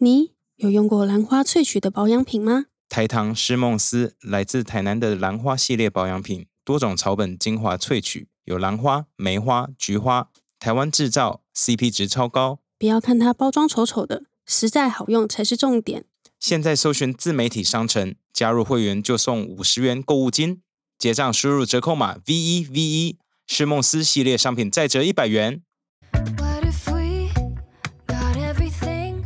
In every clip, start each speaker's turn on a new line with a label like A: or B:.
A: 你有用过兰花萃取的保养品吗？
B: 台糖诗梦思来自台南的兰花系列保养品，多种草本精华萃取，有兰花、梅花、菊花，台湾制造，CP 值超高。
A: 不要看它包装丑丑的，实在好用才是重点。
B: 现在搜寻自媒体商城，加入会员就送五十元购物金，结账输入折扣码 V 一 V 一，诗梦思系列商品再折一百元。
C: What if we got everything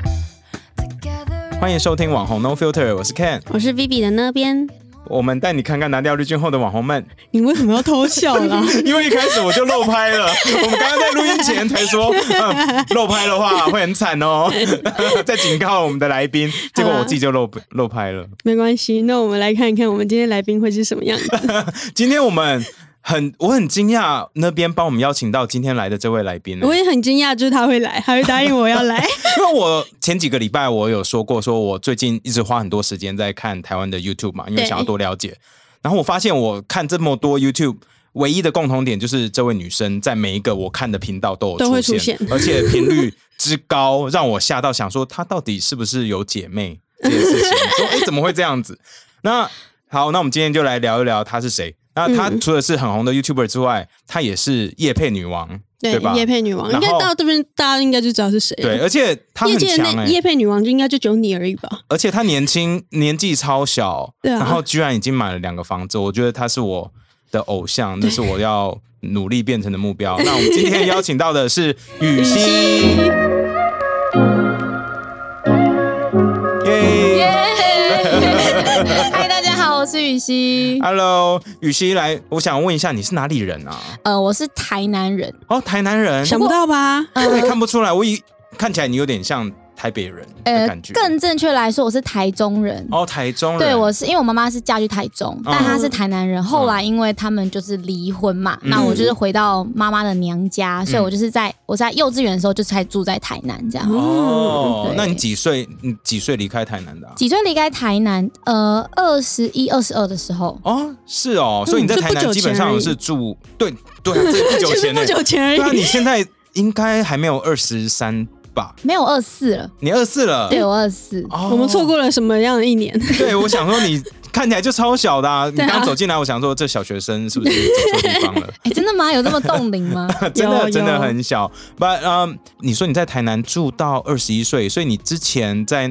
C: together?
B: 欢迎收听网红 No Filter，我是 Ken，
A: 我是 Vivi 的那边，
B: 我们带你看看拿掉滤镜后的网红们。
A: 你为什么要偷笑啦？
B: 因为一开始我就漏拍了，我们刚刚在录音前才说，嗯，漏拍的话会很惨哦， 在警告我们的来宾，结果我自己就漏漏拍了。
A: 没关系，那我们来看一看我们今天来宾会是什么样的。
B: 今天我们很，我很惊讶，那边帮我们邀请到今天来的这位来宾呢，
A: 我也很惊讶，就是他会来，他会答应我要 来。
B: 因为我前几个礼拜我有说过，说我最近一直花很多时间在看台湾的 YouTube 嘛，因为
A: 对
B: 想要多了解。然后我发现我看这么多 YouTube。唯一的共同点就是这位女生在每一个我看的频道都有
A: 都会
B: 出
A: 出现
B: 而且频率之高，让我吓到想说她到底是不是有 姐妹这件事情。说哎、诶怎么会这样子？那好，那我们今天就来聊一聊她是谁。那她
A: 嗯
B: 除了是很红的 YouTuber 之外，她也是夜配女王，对吧？
A: 叶配女王应
B: 然后
A: 该到这边，大家应该就知道是谁了。
B: 对，而且她很
A: 业界
B: 强、
A: 那
B: 欸。
A: 叶配女王就应该就只有你而已吧？
B: 而且他年轻，年纪超小，
A: 对啊
B: 然后居然已经买了两个房子，我觉得他是我的偶像，这是我要努力变成的目 标。那我们今天邀请到的是雨熙，耶
D: 嗨，大家好，我是雨熙。
B: 啊，Hello，雨熙来，我想问一下你是哪里人啊？
D: 呃，我是台南人，
B: 哦，台南人，
A: 想不到吧？
B: 对，看不出来，我以看起来你有点像台北人的感觉，
D: 呃更正确来说，我是台中人。
B: 哦，台中人，
D: 对，我是因为我妈妈是嫁去台中，但她是台南
B: 嗯
D: 人。后来因为他们就是离婚嘛，那我就是回到妈妈的娘
B: 嗯
D: 家，所以我就是在我在幼稚园的时候就才住在台南这样。
B: 哦
D: 嗯对，
B: 那你几岁？你几岁离开台南的、啊？
D: 几岁离开台南？呃，二十一、二十二的时候。
B: 哦，是哦，所以你在
A: 这
B: 台
A: 嗯不
B: 南
A: 久
B: 基本
A: 前而
B: 上
A: 已
B: 是住对对啊， 这不久
A: 就是欸
B: 前呢
A: 不，久前而
B: 对啊，你
A: 已。
B: 现在应该还没有二十三吧？
D: 没有二四了，
B: 你二四了，
D: 对我二四，
B: 嗯哦
A: 我们错。过了什么样的一年？
B: 对，我想说你看起来就超小的、啊，你
A: 对啊
B: 刚走进来，我想说这小学生是不是走错地方 了？
D: 哎，真的吗？有这么冻龄 吗？
B: 真的
A: 有
B: 真的
A: 有
B: 很小。不，嗯，你说你在台南住到二十一岁，所以你之前在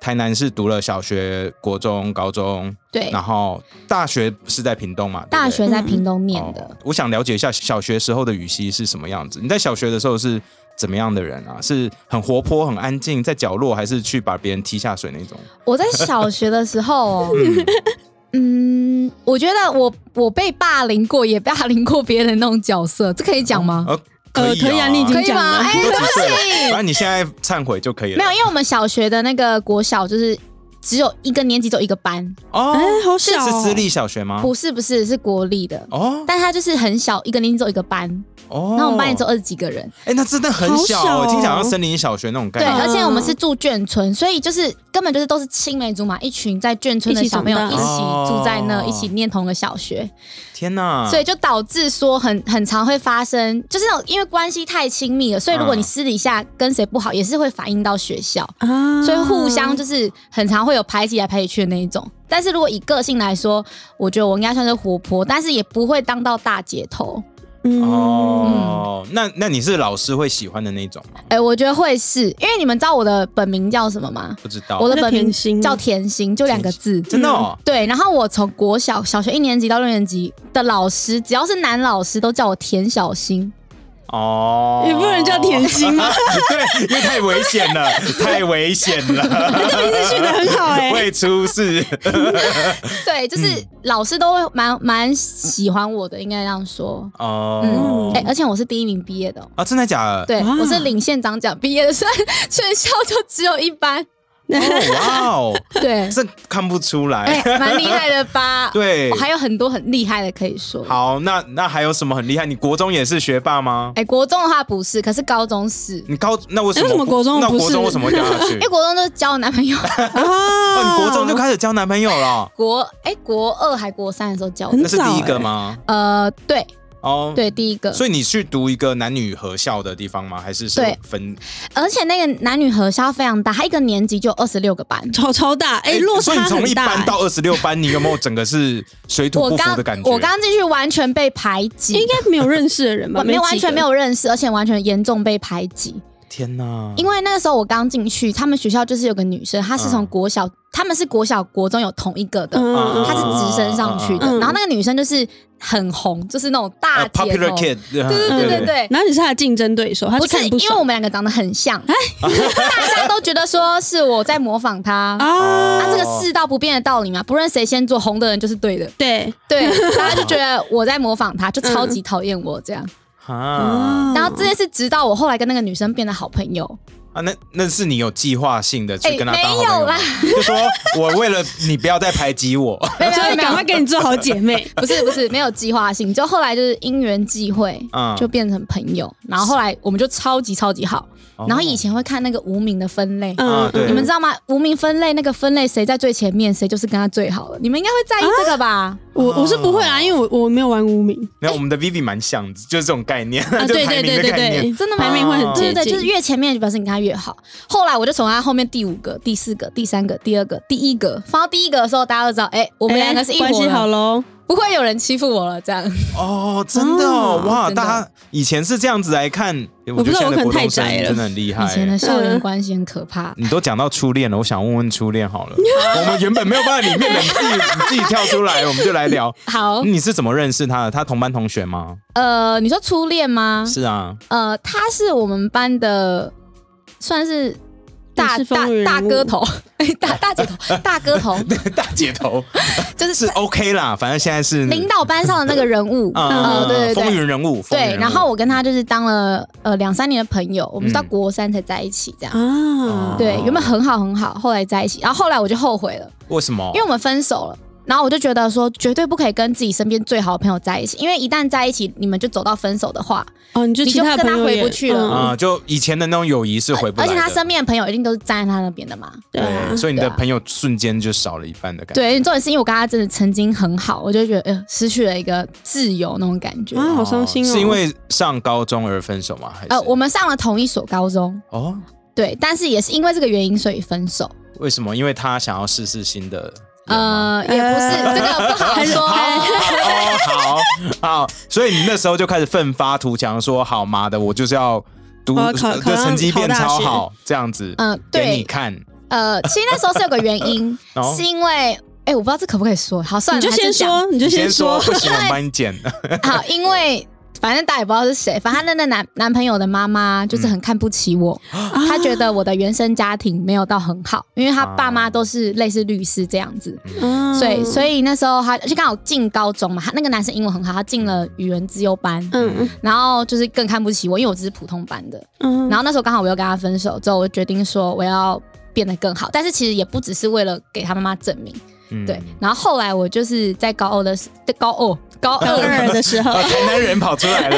B: 台南是读了小学、国中、高中，
D: 对，
B: 然后大学是在屏东嘛？对不对
D: 大学在屏东念的。
B: 哦。我想了解一下小学时候的雨熙是什么样子。你在小学的时候是怎么样的人啊？是很活泼、很安静，在角落，还是去把别人踢下水那种？
D: 我在小学的时候、 哦，嗯，我觉得我我被霸凌过，也霸凌过别人那种角色，这可以讲吗？
B: 呃，
A: 呃，可以啊，你已经啊
D: 可以
A: 讲
D: 吗
A: 了。
D: 哎
B: 你都几岁了
D: 对不起
B: 反正你现在忏悔就可以了。
D: 没有，因为我们小学的那个国小就是只有一个年级，只有一个班，
A: 哎
B: 哦，，
A: 好小
B: 是
A: 哦
B: 私立小学吗？
D: 不是不是是国立的，
B: 哦
D: 但他就是很小，一个年级只有一个班，
B: 哦，
D: 那我们班也只有二十几个人，
B: 哎，那真的很小
A: 好小
B: 哦
A: 哦，
B: 听起来好像森林小学那种概
D: 对，
B: 念。
D: 而且我们是住眷村，所以就是根本就是都是青梅竹马，一群在眷村的
A: 一起
D: 小朋友
A: 长
D: 一
A: 大
D: 起住在那，
B: 哦
D: 一起念同个小学，
B: 天哪！
D: 所以就导致说很很常会发生，就是那种因为关系太亲密了，所以如果你私底下跟谁不好，也是会反映到学校，
A: 啊
D: 所以互相就是很常会有排挤来排挤去的那一种。但是如果以个性来说，我觉得我应该算是活泼，但是也不会当到大姐头。
A: 嗯
B: 哦，那那你是老师会喜欢的那种吗？
D: 哎、我觉得会是因为你们知道我的本名叫什么吗？
B: 不知道，
D: 我的
A: 叫
D: 本
A: 甜
D: 名
A: 心
D: 叫甜心，就两个字。
B: 真的哦，
D: 对，然后我从国小小学一年级到六年级的老师，只要是男老师都叫我田小新。
B: 哦，
A: 嗯也不能叫甜心 吗？
B: 对，因为太危 险了，太危险了，
A: 这名字取得很好哎。
B: 会出事。
D: 对，
B: 嗯
D: 就是老师都会蛮蛮喜欢我的，应该这样说。
B: 哦
D: 嗯，，哎、而且我是第一名毕业的哦、
B: 啊，真的假的？
D: 对，
A: 哇
D: 我是领县长奖毕业的， 所以全校就只有一班。
B: 哦哇哦，
D: 对，
B: 这看不出
D: 哎、
B: 来。
D: 蛮厉害的吧？
B: 对
D: 我还有很多很厉害的可以说。
B: 好，那那还有什么很厉害？你国中也是学霸吗？
D: 哎、国中的话不是，可是高中是，因
B: 你高那为什
A: 哎为什么
B: 么
A: 国中
B: 那
A: 不是哎
B: 国中为什么会掉下 去
D: 为？国中就是交男朋友，
B: 哦，
A: 啊
B: 你国中就开始交男朋友了？
D: 国哎、国二还国三的时候交的。
A: 很
B: 那是
A: 早
B: 第一个
A: 哎
B: 吗？
D: 呃，对，
B: 哦，
D: 对，第一个。
B: 所以你去读一个男女合校的地方吗？还是是
D: 对
B: 分？
D: 而且那个男女合校非常大，它一个年级就二十六个班。
A: 超超大，哎、落
B: 所以
A: 差
B: 你从一
A: 很大、
B: 班
A: 哎
B: 到二十六班，你有没有整个是水土
D: 我
B: 不
D: 刚
B: 服的感觉？
D: 我刚进去完全被排挤，
A: 应该没嗯有认识的人吧？
D: 我没有完全没
A: 有。
D: 有认识，而且完全严重被排挤。
B: 天哪！
D: 因为那个时候我刚进去，他们学校就是有个女生，她是从国小，他们是国小国中有同一个的，
A: 嗯
B: 啊
D: 她是直升上去的。
A: 嗯
D: 然后那个女生就是很红，就是那种大
B: 呃
D: 铁头。
B: popular kid，对
D: 啊
B: 嗯
D: 对对对对对。
A: 嗯然后你是他的竞争对手，他
D: 不
A: 就是看你
D: 因为我
A: 爽哎
D: 们两个长得很像，大家都觉得说是我在模仿她。
A: 啊，
D: 啊，这个世道不变的道理嘛，不论谁先做，红的人就是对的。
A: 对，
D: 对，大家就觉得我在模仿她，就超级讨厌我这样。
A: 嗯
B: 啊
D: 然后这件事，直到我后来跟那个女生变得好朋友，
B: 啊，那那是你有计划性的去跟他
D: 哎
B: 当好
D: 没有
B: 朋友吗
D: 啦，
B: 就说我为了你不要再排挤我，
D: 没有没
A: 所
D: 有
A: 以
D: 没有。
A: 赶快跟你做好姐妹
D: 不是不是，没有计划性，就后来就是因缘际会，
B: 嗯
D: 就变成朋友。然后后来我们就超级超级好。
A: 哦
D: 然后以前会看那个无名的分
A: 嗯
D: 类，
B: 啊对
D: 你们知道吗？无名分类那个分类，谁在最前面，谁就是跟他最好了。你们应该会在意这个吧？
A: 我我是不会
B: 哦
A: 啦，因为我我没有玩无名
B: 那我们的 Vivi 蛮像，就是这种概念，
A: 啊，
B: 就
A: 对对
B: 排名
A: 对
B: 的
A: 对
B: 概念
A: 对，
D: 真的吗
A: 排名会很
D: 对
A: 接
D: 对对，
A: 近，
D: 就是越前面就表示你跟他越好。后来我就从他后面第五个、第四个、第三个、第二个、第一个放到第一个的时候，大家都知道，哎、
A: 我
D: 我们两个是一伙
A: 关系
D: 的，
A: 好喽。
D: 不会有人欺负我了。这样，
B: 哦，真的哦
A: 哦
B: 哇，
D: 真的
B: 大家以前是这样子来看，我
A: 不
B: 觉
A: 知
B: 得
A: 道
B: 现在
A: 我可
B: 的国
A: 能
B: 中生
A: 太宅了
B: 真的很厉害
D: 以。前的校园关系很可怕。
B: 你都讲到初恋了，我想问问初恋好了。 我们原本没有办法里面的，你自己你自己跳出来，我们就来聊。
D: 好，
B: 你是怎么认识他的？他同班同学吗？
D: 呃，你说初恋吗？
B: 是啊，
D: 呃，他是我们班的算是大
A: 也是
D: 大
A: 风云人物
D: 大哥头， 哎， 大大姐头，大哥头，
B: 大姐头
D: 就是
B: 是 OK 啦，反正现在是
D: 领导班上的那个人物。
B: 啊，
D: 呃，对对
B: 风
D: 对。
B: 云人物。风云
D: 对，
B: 人物
D: 然后我跟他就是当了呃两三年的朋友，我们是到
B: 嗯
D: 国三才在一起这样。
A: 啊，
B: 哦
D: 对，原本很好很好，后来在一起，然后后来我就后悔了，
B: 为什么？
D: 因为我们分手了。然后我就觉得说，绝对不可以跟自己身边最好的朋友在一起，因为一旦在一起，你们就走到分手的话，
A: 哦，你就
D: 你
A: 其
D: 就
A: 他的
D: 跟他
A: 朋友
D: 回
A: 也
D: 不去了
A: 嗯
B: 啊，就以前的那种友谊是回不
D: 而
B: 来的，
D: 且他身边的朋友一定都是站在他那边的嘛。
A: 对啊
B: 对，所以你的
D: 对啊
B: 朋友瞬间就少了一半的感觉。
D: 对，重点是因为我跟他真的曾经很好，我就觉得呃失去了一个自由那种感觉。
B: 嗯
A: 啊，好伤心哦。
B: 是因为上高中而分手吗？还是
D: 呃，我们上了同一所高中，
B: 哦，
D: 对，但是也是因为这个原因所以分手。
B: 为什么？因为他想要试试新的人吗。
D: 呃，也不是
A: 呃
D: 这个不好说。
B: 哦，好好，所以你那时候就开始奋发图强，说好妈的，我就是要读，
A: 我要考
B: 呃
A: 考
B: 这
A: 上
B: 成绩变
A: 好大
B: 超
A: 学
B: 好，这样子，
D: 嗯、
B: 给你
D: 对，
B: 看。，
D: 呃，其实那时候是有个原因
B: 哦
D: 是因为哎，我不知道这可不可以说，好，算
A: 你就
D: 了，还是
A: 先
D: 讲
A: 说，你就
B: 先
A: 说，
B: 不行，我们帮你 剪。
D: 好，因为反正大家也不知道是谁，反正他那个男男朋友的妈妈就是很看不起我，
A: 啊
D: 她觉得我的原生家庭没有到很好，因为她爸妈都是类似律师这样子，
A: 嗯
D: 所以所以那时候他而且刚好进高中嘛，他那个男生英文很好，他进了语文资优班。
A: 嗯
D: 然后就是更看不起我，因为我只是普通班的。
A: 嗯，
D: 然后那时候刚好我又跟他分手，之后我就决定说我要变得更好，但是其实也不只是为了给他妈妈证明，
B: 嗯
D: 对。然后后来我就是在高二的时高二高
A: 高
D: 二
A: 二的时候
B: 啊，台南人跑出来了，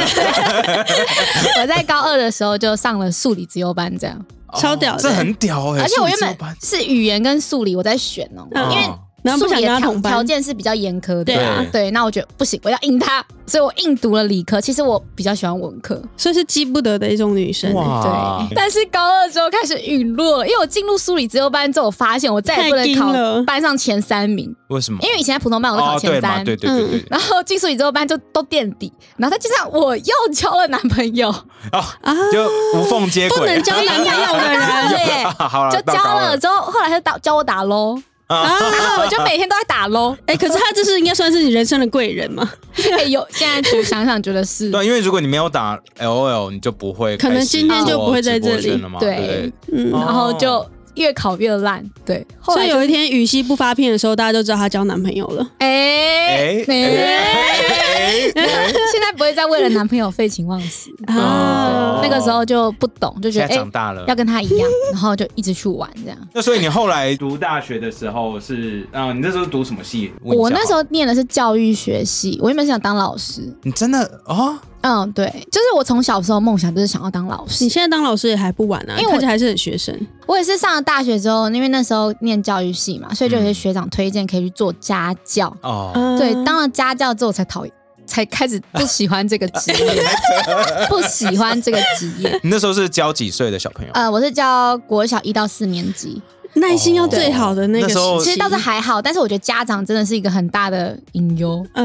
D: 我在高二的时候就上了数理自由班，这样，
A: 超屌
B: 哦
A: 的
B: 这很屌哎！
D: 而且我原
B: 数理自由
D: 本
B: 班
D: 是语言跟数理我在选哦、
A: 嗯
D: 因为
B: 哦
A: 然后
D: 数
A: 不想
D: 理
A: 跟
D: 的
A: 他
D: 条
A: 同
D: 条
A: 班，
D: 件是比较严苛的，
A: 对啊
D: 对，那我觉得不行，我要硬他，所以我硬读了理科。其实我比较喜欢文科，
A: 所以是激不得的一种女生。
B: 哦哇，
D: 但是高二之后开始陨落了，因为我进入数理自由班之后，我发现我再也不
A: 太
D: 能
A: 硬了
D: 考班上前三名，
B: 为什么？
D: 因为以前在普通班我都
B: 哦
D: 考
B: 对
D: 前
B: 嘛，
D: 三，嗯
B: 对对对对，
D: 然后进数理之后班就都垫底，然后再加上我又交了男朋友，
B: 哦，就无缝接轨，啊
A: 不 能交 男朋友的人，
D: 对耶。
B: 好了，
D: 就
B: 啊到
D: 交
B: 高
D: 了之后，后来他就打教我打喽，
B: 啊，
D: 然后我就每天都在打 喽。
A: 哎，可是他这是应该算是你人生的贵人嘛？
D: 哎有现在就想想觉得是，
B: 对，因为如果你没有打 L O L，你就不会开始
A: 可能今天就不会在
B: 做
A: 这里
B: 直播圈了嘛，
D: 对
B: 对哦
A: 嗯
B: 不对，
D: 然后就越考越烂。对，后
A: 所
D: 来
A: 以
D: 就
A: 有一天羽西不发片的时候，大家都知道她交男朋友了。
D: 哎
B: 哎哎哎，
D: 现在不会再为了男朋友废寝忘食。
A: 啊
B: 哦
D: 那个时候就不懂，就觉
B: 现在
D: 得哎
B: 长大了
D: 要。跟他一样，然后就一直去玩这样。
B: 那所以你后来读大学的时候是，啊，你那时候读什么系？问一
D: 我
B: 下
D: 那时
B: 好
D: 候
B: 了
D: 念的是教育学系，我原本是想当老师。
B: 你真的哦，
D: 嗯，对，就是我从小时候梦想就是想要当老师
A: 你。现在当老师也还不晚啊，
D: 因为我
A: 看起来还是很学生。
D: 我也是上了大学之后，因为那时候念教育系嘛，所以就有些学长推荐可以去做家教。
B: 哦，
A: 嗯啊
D: 对，当了家教之后我才讨厌， 才开始不喜欢这个职业，不喜欢这个职业。
B: 你那时候是教几岁的小朋友？
D: 呃，我是教国小一到四年级，
A: 耐心要最好的那
B: 哦
A: 个
B: 那时候
A: 时期
D: 其实倒是还好，但是我觉得家长真的是一个很大的隐忧。
A: 呃，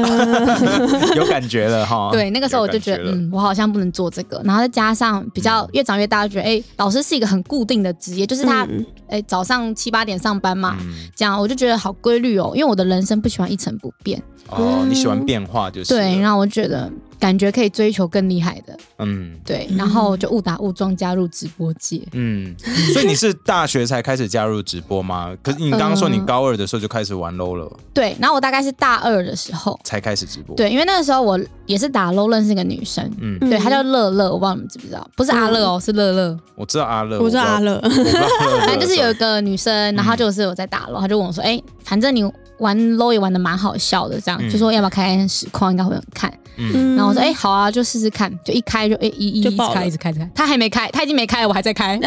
B: 有感觉了哈。
D: 对，那个时候我就觉得，
B: 有啊感了，嗯
D: 嗯，我好像不能做这个。然后再加上比较越长越大，就觉得，哎、老师是一个很固定的职业，就是他，哎、
A: 嗯
D: 早上七八点上班嘛，
B: 嗯
D: 这样我就觉得好规律哦，因为我的人生不喜欢一成不变。
B: 哦，
A: 嗯
B: 你喜欢变化就是了。
D: 对，然后我觉得感觉可以追求更厉害的，
B: 嗯
D: 对，然后我就误打误撞加入直播界。
B: 嗯，所以你是大学才开始加入直播吗？可是你刚刚说你
D: 嗯
B: 高二的时候就开始玩 low 了，
D: 对，然后我大概是大二的时候，
B: 才开始直播。，
D: 对，因为那个时候我也是打 low 认识一个女生，
B: 嗯，
D: 对，她叫乐乐，我不知道你们知不知道，不是阿乐哦，是乐乐。
B: 我知道阿乐，
A: 我知道阿乐，
B: 我不知道阿 乐，
D: 反正哎就是有
B: 个
D: 一个女生，然后她就是有在打 low，她就问我说，哎、反正你玩 low 也玩的蛮好笑的，这样、
B: 嗯
D: 就说要不要开实况，应该会有人看。
B: 嗯，
A: 嗯
D: 然后我说，哎、好啊，就试试看，就一开就哎、一一一
A: 就
D: 直
A: 爆
D: 开
A: 了嗯
D: 一直开一直开，她还没开，她已经没开了，我还在开。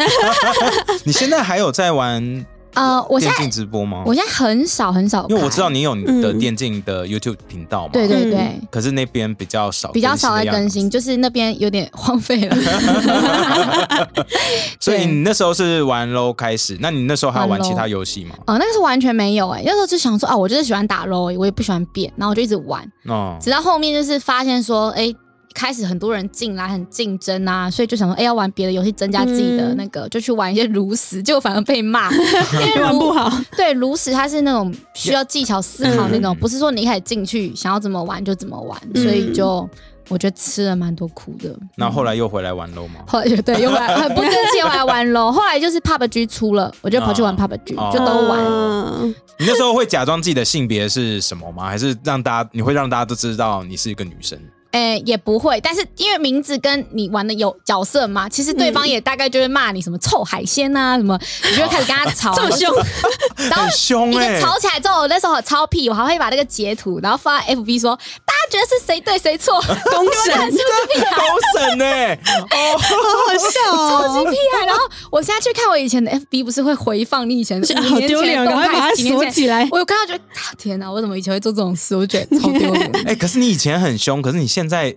B: 你现在还有在玩
D: 呃，我现
B: 电
D: 在
B: 竞直播吗？
D: 我现在很少很少开，
B: 因为我知道你有你的
A: 嗯
B: 电竞的 YouTube 频道嘛，
D: 对对对。
B: 可是那边比较少，
D: 比较少在哦更新，，就是那边有点荒废 了。
B: 所以
D: 对
B: 你那时候是玩 LO 开始，那你那时候还有玩
D: 玩 LOL
B: 其他游戏吗？
D: 哦，那个是完全没有哎、那时候就想说啊，我就是喜欢打 LO，我也不喜欢变，然后我就一直玩，
B: 哦，
D: 直到后面就是发现说，哎、开始很多人进来，很竞争啊，所以就想说，哎、要玩别的游戏增加自己的那个，就去玩一些炉石，结果反而被骂，因为
A: 玩不
D: 炉
A: 好，
D: 对炉石它是那种需要技巧思考那种，
B: 嗯
D: 不是说你一开始进去想要怎么玩就怎么玩，所以就我觉得吃了蛮多苦的。
B: 那后来又回来玩 LO 吗？
D: 后来就对，又玩很不争气，又来玩 LO。后来就是 PUBG 出了，我就跑去玩
B: 啊
D: PUBG，、
B: 哦
D: 就都玩。
A: 嗯
B: 你那时候会假装自己的性别是什么吗？还是让大家你会让大家都知道你是一个女生？
D: 诶、呃也不会，但是因为名字跟你玩的有角色嘛，其实
A: 嗯
D: 对方也大概就会骂你什么臭海鲜啊，什么，你就会开始跟他吵、
A: 哦 这么凶，欸
D: 然后
B: 很凶
D: 已
B: 哎、
D: 经吵起来之后，我那时候很超屁，我还会把那个截图，然后发在 FB 说，大家觉得是谁对谁 错，
A: 公 审，
D: 是不是屁孩？
B: 高审 哎、
A: 好好
D: 超
A: 笑哦。
D: 级屁孩！然后我现在去看我以前的 FB，不是会回放你以前
A: 是
D: 五
A: 好
D: 年
A: 丢
D: 前
A: 脸
D: 的
A: 哦，赶
D: 动
A: 快把
D: 态，
A: 它
D: 几年
A: 锁
D: 前。
A: 起 来。
D: 我有看到，觉得啊天哪，我怎么以前会做这种事？我觉得超丢脸。
B: 哎、可是你以前很凶，可是你现在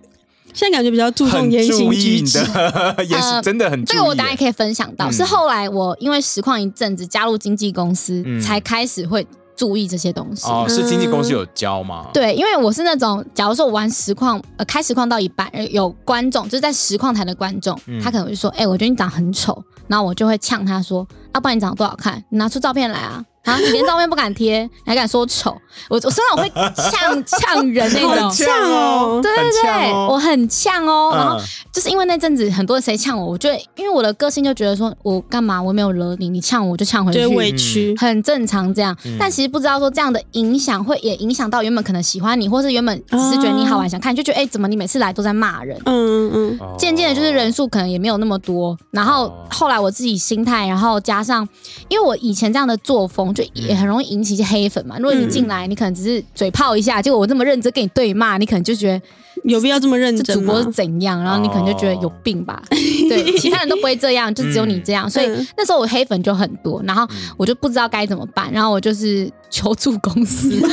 A: 现在感觉比较注
B: 很
A: 重言行
B: 注
A: 举
B: 意你
A: 止，
B: 的， 也是
D: 呃
B: 真的很注意、
D: 这个我当然可以分享到，
B: 嗯
D: 是后来我因为实况一阵子加入经纪公司，
B: 嗯
D: 才开始会注意这些东西。
B: 哦，是经纪公司有教吗？
D: 对，因为我是那种，假如说我玩实况，呃，开实况到一半，呃有观众就是在实况台的观众，
B: 嗯
D: 他可能会说：“哎、我觉得你长得很丑。”然后我就会呛他说：“要、不然你长得多好看，你拿出照片来啊！”啊，你连照片不敢贴， 你还敢说丑？我我虽然我会呛呛 人那
B: 很
D: 种，
B: 呛哦，
D: 对对
B: 很呛
D: 对，
B: 哦
D: 我很呛哦。然后
B: 嗯
D: 就是因为那阵子很多谁呛我，我就会因为我的个性就觉得说我干嘛我没有惹你，你呛我我就呛回
A: 觉得
D: 去。
A: 委屈。
D: 很正常这样，但其实不知道说这样的影响会也影响到原本可能喜欢你，或是原本只是觉得你好玩想看，就觉得哎、怎么你每次来都在骂人？
A: 嗯嗯
B: 哦
D: 渐渐的，就是人数可能也没有那么多。然后
B: 哦
D: 后来我自己心态，然后加上，因为我以前这样的作风，就也很容易引起一些黑粉嘛。如果你进来，你可能只是嘴炮一下，结果我这么认真跟你对骂，你可能就觉得
A: 嗯，有必要这么认
D: 这
A: 真
D: 主
A: 吗
D: 播是？怎样，然后你可能就觉得有病 吧。对，其他人都不会这样，就只有你这样。所以
A: 嗯
D: 那时候我黑粉就很多，然后我就不知道该怎么办，然后我就是求助公司。
A: 嗯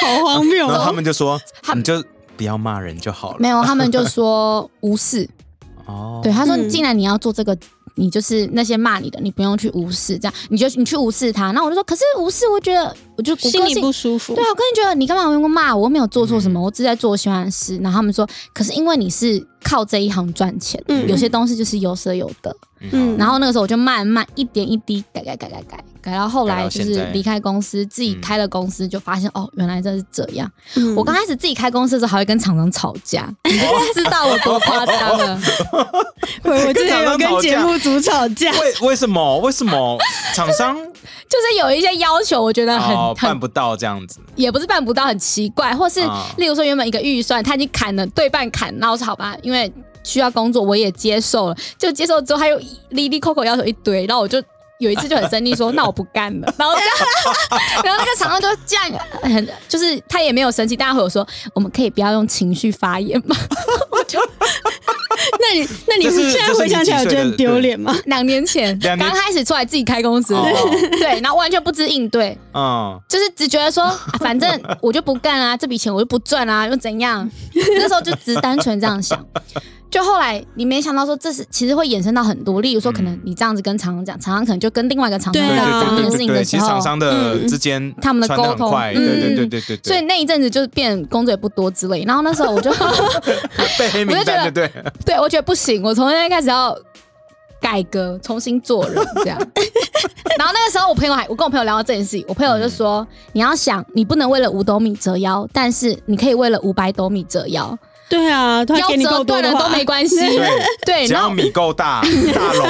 A: 好荒谬
B: 然后他
A: 哦！
B: 们就说，
D: 他
B: 你就不要骂人就好了。
D: 没有，他们就说无视。
B: 哦，
D: 对，，他说：“
A: 嗯
D: 既然你要做这个，你就是那些骂你的，你不用去无视，这样你就你去无视他。”那我就说：“可是无视，我觉得我就我
A: 心
D: 个
A: 里
D: 性
A: 不舒服
D: 对。啊，我个人觉得你干嘛用骂我？我没有做错什么，我只是在做我喜欢的事。”然后他们说：“可是因为你是靠这一行赚钱，
A: 嗯
D: 有些东西就是有舍有得。
A: 嗯
D: 然后那个时候我就慢慢一点一滴改改改改改。改到后
B: 改
D: 来
B: 到
D: 就
B: 现
D: 是
B: 在
D: 离开公司，自己
B: 嗯
D: 开了公司，就发现哦，原来这是这样。
A: 嗯
D: 我刚开始自己开公司的时候，还会跟厂商吵
B: 哦
D: 架， 你就知道我多夸张了。
A: 我我之前有跟节目组吵架，
B: 为为什么？为什么厂 商
D: 就是有一些要求，我觉得很、
B: 哦办
D: 嗯很
B: 不到这样子？
D: 也不是办不到，很奇怪，或是、
B: 啊
D: 例如说原本一个预算他已经砍了对半砍，那我说好吧，因为需要工作我也接受了，就接受之后他又哩哩扣扣要求一堆，然后我就。 有一次就很生气，说那我不干了， 然后就，然后那个厂商就这样，很就是 他也没有生气，但他回我说我们可以不要用情绪发言嘛，我就
A: 那你那你
B: 这是
A: 现在回想起来，
B: 这
A: 觉
B: 是
A: 得
B: 你几岁的
A: 很丢脸吗？
D: 两年前
B: 两
D: 刚
B: 年
D: 开始出来自己开公司，
B: 哦
D: 对，然后完全不知应对，
B: 嗯，
D: 就是只觉得说，啊反正我就不干啊，这笔钱我就不赚啊，又怎样？那时候就只单纯这样想。就后来你没想到说，这是其实会衍生到很多，例如说，可能你这样子跟厂商讲，厂商可能就跟另外一个厂商
A: 对
B: 嗯对
D: 在
A: 啊
D: 讲
B: 对
D: 这
B: 对
D: 件
B: 对
D: 事
B: 对
D: 情的
B: 对，
D: 时
B: 其实厂
D: 候，
B: 商嗯的之间
D: 他们的
B: 传得很
D: 沟通
B: 快
D: 嗯
B: 对对对对对对，
D: 所以那一阵子就变工作也不多之类。然后那时候我就，
B: 被黑名单的对，
D: 对我觉得不行，我从那天开始要改革，重新 做人这样。 然后那个时候，我朋友还我跟我朋友聊到这件事情，我朋
A: 嗯
D: 友就说：“你要想，你不能为了五斗米折腰，但是你可以为了五百斗米折腰，
A: 对啊，突然
D: 腰
A: 给你够
D: 折
A: 多
D: 断
A: 的
D: 了都
A: 话，
D: 没关 系。
B: 对，
D: 对，
B: 只
D: 然
B: 要
D: 后
B: 米够大，大楼，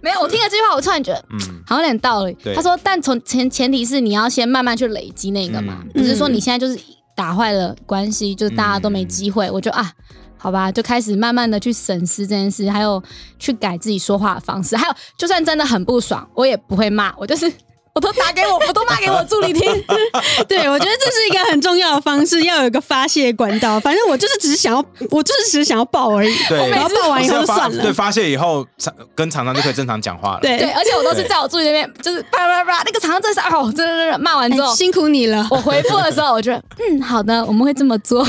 D: 没有，我听了这句话，我突然觉得
B: 嗯，
D: 好像有点道理
B: 对。
D: 他说，但从前前提是你要先慢慢去累积那个嘛
B: 嗯，
D: 不是说你现在就是打坏了关系，就是大家都没机
B: 嗯
D: 会。我就啊，好吧，就开始慢慢的去审视这件事，还有去改自己说话的方式，还有就算真的很不爽，我也不会骂，我就是。 我都打给我，我都骂给我助理 听。啊
A: 对，我觉得这是一个很重要的方式，要有一个发泄管道。反正我就是只是想要，我就是只是想要爆而已。
B: 对
A: 然后爆完以后就
B: 发
A: 算
B: 对，
A: 了。
B: 发泄以后，厂跟厂商就可以正常讲话了。
A: 对哎
D: 对，哎而且我都是
B: 对
D: 在我助理那边，就是叭叭叭，那个厂商真的是哦，真的真的骂完之后
A: 哎，辛苦你了。
D: 我回复的时候，我觉得嗯，好的，我们会这么做。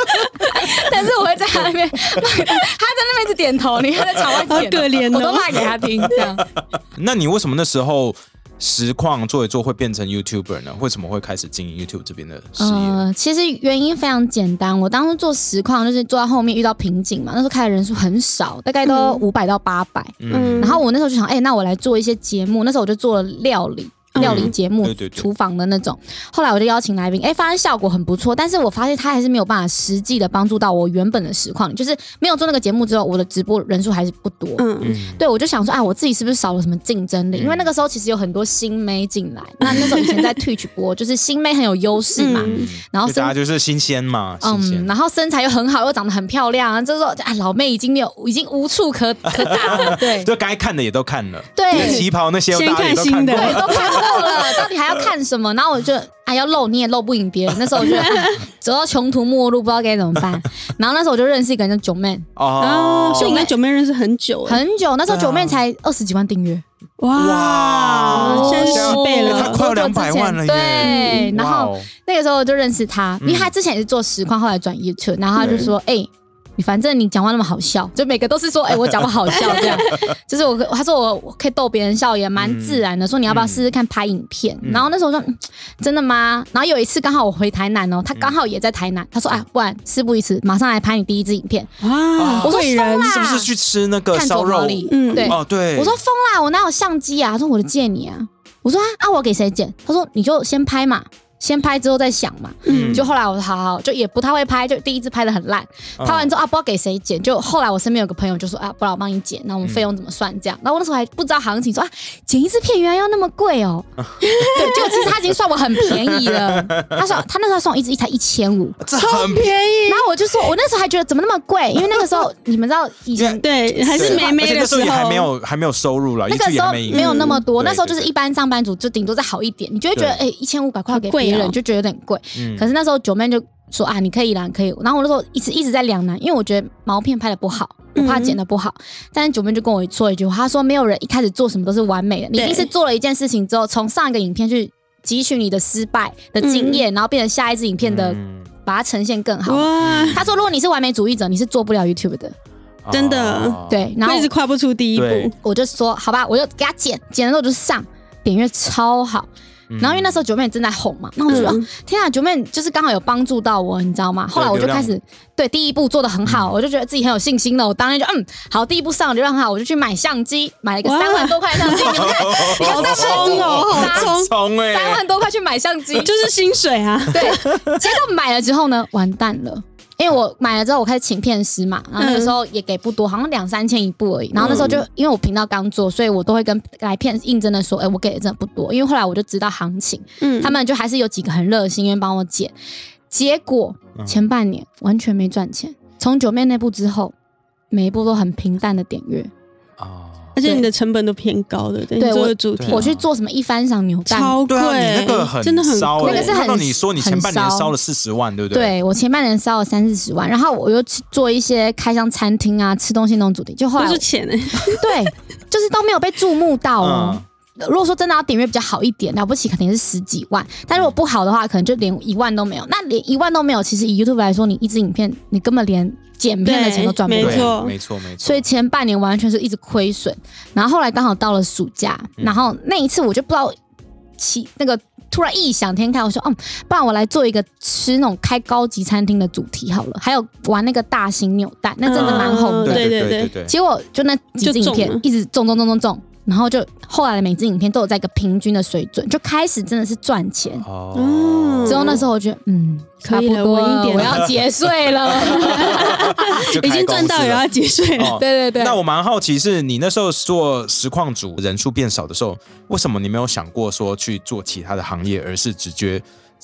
D: 但是我会在他那边， 他在那边一直点头，你看在场外一直点头
A: 好可怜哦
D: 我都骂给他听，这样
B: 那你为什么那时候实况做一做会变成 YouTuber 呢？为什么会开始经营 YouTube 这边的事业？
D: 呃，其实原因非常简单，我当初做实况就是做到后面遇到瓶颈嘛，那时候开的人数很少，大概都五百到八百、
A: 嗯
D: 然后我那时候就想，哎、那我来做一些节目，那时候我就做了料理。
A: 嗯
D: 料理节目、
B: 对对对
D: 厨房的那种，后来我就邀请来宾，哎，发现效果很不错，但是我发现他还是没有办法实际的帮助到我原本的实况，就是没有做那个节目之后，我的直播人数还是不多。
A: 嗯，
B: 嗯，
D: 对，我就想说，啊，我自己是不是少了什么竞争力？因为那个时候其实有很多新妹进来，那那时候以前在 Twitch 播，就是新妹很有优势嘛，
A: 嗯
D: 然后
B: 就大家
D: 身
B: 就是新鲜嘛，新
D: 嗯，
B: 鲜。
D: 然后身材又很好，又长得很漂亮，啊，就是说，啊，老妹已经没有，已经无处可可打了，对
B: 就该看的也都看了，
D: 对
B: 旗袍那些
A: 先
B: 大家也都
A: 看新
B: 看
A: 的
B: 过
D: 对，都看够了，到底还要看什么？然后我就啊，要露你也露不赢别人。那时候我就 觉得、啊、走到穷途末路，不知道该怎么办。然后那时候我就认识一个人叫九妹，
A: 哦
B: 哦，，
A: 所以你跟九妹认识很久哎，
D: 很久，那时候九妹才二十几万订阅，
A: 哇，
B: 哇
A: 现在是十倍
B: 哎她
A: 了。
B: 快要
D: 多久之
B: 200万了耶
D: 前对，然
B: 哇
D: 后
B: 哦
D: 那个时候我就认识他，因为他之前也是做实况，后来转 YouTube，然后他就说：“哎、你反正你讲话那么好笑，就每个都是说，哎、我讲话好笑这样。就是我，他说我我可以逗别人笑，也蛮自然的。说你要不要试试看拍影片？然后那时候我说、嗯真的吗？然后有一次刚好我回台南哦，他刚好也在台南，他说啊，不然事不宜迟，马上来拍你第一支影片。
A: 哇，
D: 我说
A: 贵人
D: 疯啦
B: 是不是去吃那个
D: 看
B: 烧
D: 左
B: 肉
D: 毛？利，
A: 嗯
D: 对。
B: 哦，对，
D: 我说疯啦，我哪有相机啊？他说我的借你啊。我说啊啊，我给谁剪？他说你就先拍嘛，先拍之后再想嘛。
B: 嗯
D: 就后来我说好好好，就也不太会拍，就第一次拍的很烂，
B: 嗯
D: 拍完之后啊不知道给谁剪，就后来我身边有个朋友就说啊，不然我帮你剪，那我们费用怎么算
B: 嗯
D: 这样？然后我那时候还不知道行情，说啊剪一支片原来要那么 贵哦，对，就其实他已经算我很便宜了，他说他那时候送我一支才一千五，
B: 这很便宜，
D: 然后我就说我那时候还觉得怎么那么贵，因为那个时候你们知道以前。
A: 对，还是妹妹
B: 而且
A: 的
B: 那时候也
A: 候
B: 还没有还没有收入了，
D: 那个
B: YouTube 啊也
D: 时候
B: 还没
D: 没有那么多，
B: 嗯
D: 那时候就
B: 对
D: 是
B: 对
D: 一般上班族，就顶多再好一点，你就会觉得，哎，一千五百块给
A: 好贵
D: 别人，
A: 哦
D: 就觉得有点贵。
B: 啊嗯
D: 可是那时候九妹就说啊，你可以啦，你可以。然后我那时候一直一直在两难，因为我觉得毛片拍的不好，我怕剪的不
B: 嗯
D: 好。但是九妹就跟我说一句话，她说没有人一开始做什么都是完美的，你一定是做了一件事情之后，从上一个影片去汲取你的失败的经验，然后变成下一支影片的，
B: 嗯
D: 把它呈现更好。
A: 哇，
D: 她说：“如果你是完美主义者，你是做不了 YouTube 的。
A: 真的
B: 哦
D: 对，然后
A: 会一直跨不出第一步。
B: 对
D: 我就说：“好吧，我就给她剪，剪了之后我就上，点阅超好。”然后因为那时候九妹正在红嘛，那我就说、
A: 嗯
D: 啊天啊，九妹就是刚好有帮助到我，你知道吗？后来我就开始对第一步做的很
A: 嗯
D: 好，我就觉得自己很有信心了。我当天就嗯，好，第一步上流量很好，我就去买相机，买了一个
A: 哇
D: 三万多块的相 机，你们看，你看三万
A: 冲哦
D: 多，
A: 好冲
B: 冲哎，
D: 三万多块去买相机，
A: 就是薪水啊，
D: 对，结果买了之后呢，完蛋了。因为我买了之后，我开始请片师嘛，然后那个时候也给不多，好像两三千一部而已。然后那时候就因为我频道刚做，所以我都会跟来片应征的说，哎、我给的真的不多。因为后来我就知道行情，
A: 嗯
D: 他们就还是有几个很热心愿意帮我剪。结果前半年完全没赚钱，从九妹那部之后，每一部都很平淡的点阅。
B: 啊
A: 而且你的成本都偏高的，对你
D: 对
A: 做
D: 我
A: 的主题
B: 对
D: 我去做什么一番赏牛蛋，
A: 超贵，
B: 对啊，你那个很
A: 真的很
B: 烧欸，
A: 贵，
D: 那个是很
B: 看到你说你前半年
D: 很烧
B: 烧了四十万，对不对？
D: 对我前半年烧了三四十万，然后我又去做一些开箱餐厅啊、吃东西那种主题，就后来
A: 都
D: 我
A: 是钱哎、
D: 对，就是都没有被注目到哦
B: 嗯。
D: 如果说真的要点阅比较好一点，了不起肯定是十几万，但如果不好的话，可能就连一万都没有。那连一万都没有，其实以 YouTube 来说，你一支影片你根本连剪片的钱都赚不
A: 对没
D: 回来
B: 对，。
A: 错
B: 没错，没错。
D: 所以前半年完全是一直亏损，然后后来刚好到了暑假，嗯然后那一次我就不知道起那个突然异想天开，我说嗯，不然我来做一个吃那种开高级餐厅的主题好了，还有玩那个大型扭蛋，那真的蛮红的。
A: 嗯
B: 对
A: 对对
B: 对
A: 对
B: 对，
D: 结果就那几支
A: 就
D: 影
A: 中
D: 片
A: 了
D: 一直中中中中中，然后就后来的每支影片都有在一个平均的水准，就开始真的是赚钱。
B: 哦
A: 嗯，
D: 之后那时候我觉得，嗯，
A: 可以了
D: 差不多
A: 稳一点
D: 我
A: 了
D: 要节税了。
B: 就开
A: 已经赚到
B: 公司
A: 也
B: 了
A: 要节税了。
B: 哦
D: 对对对，
B: 那我蛮好奇，是你那时候做实况组人数变少的时候，为什么你没有想过说去做其他的行业，而是直接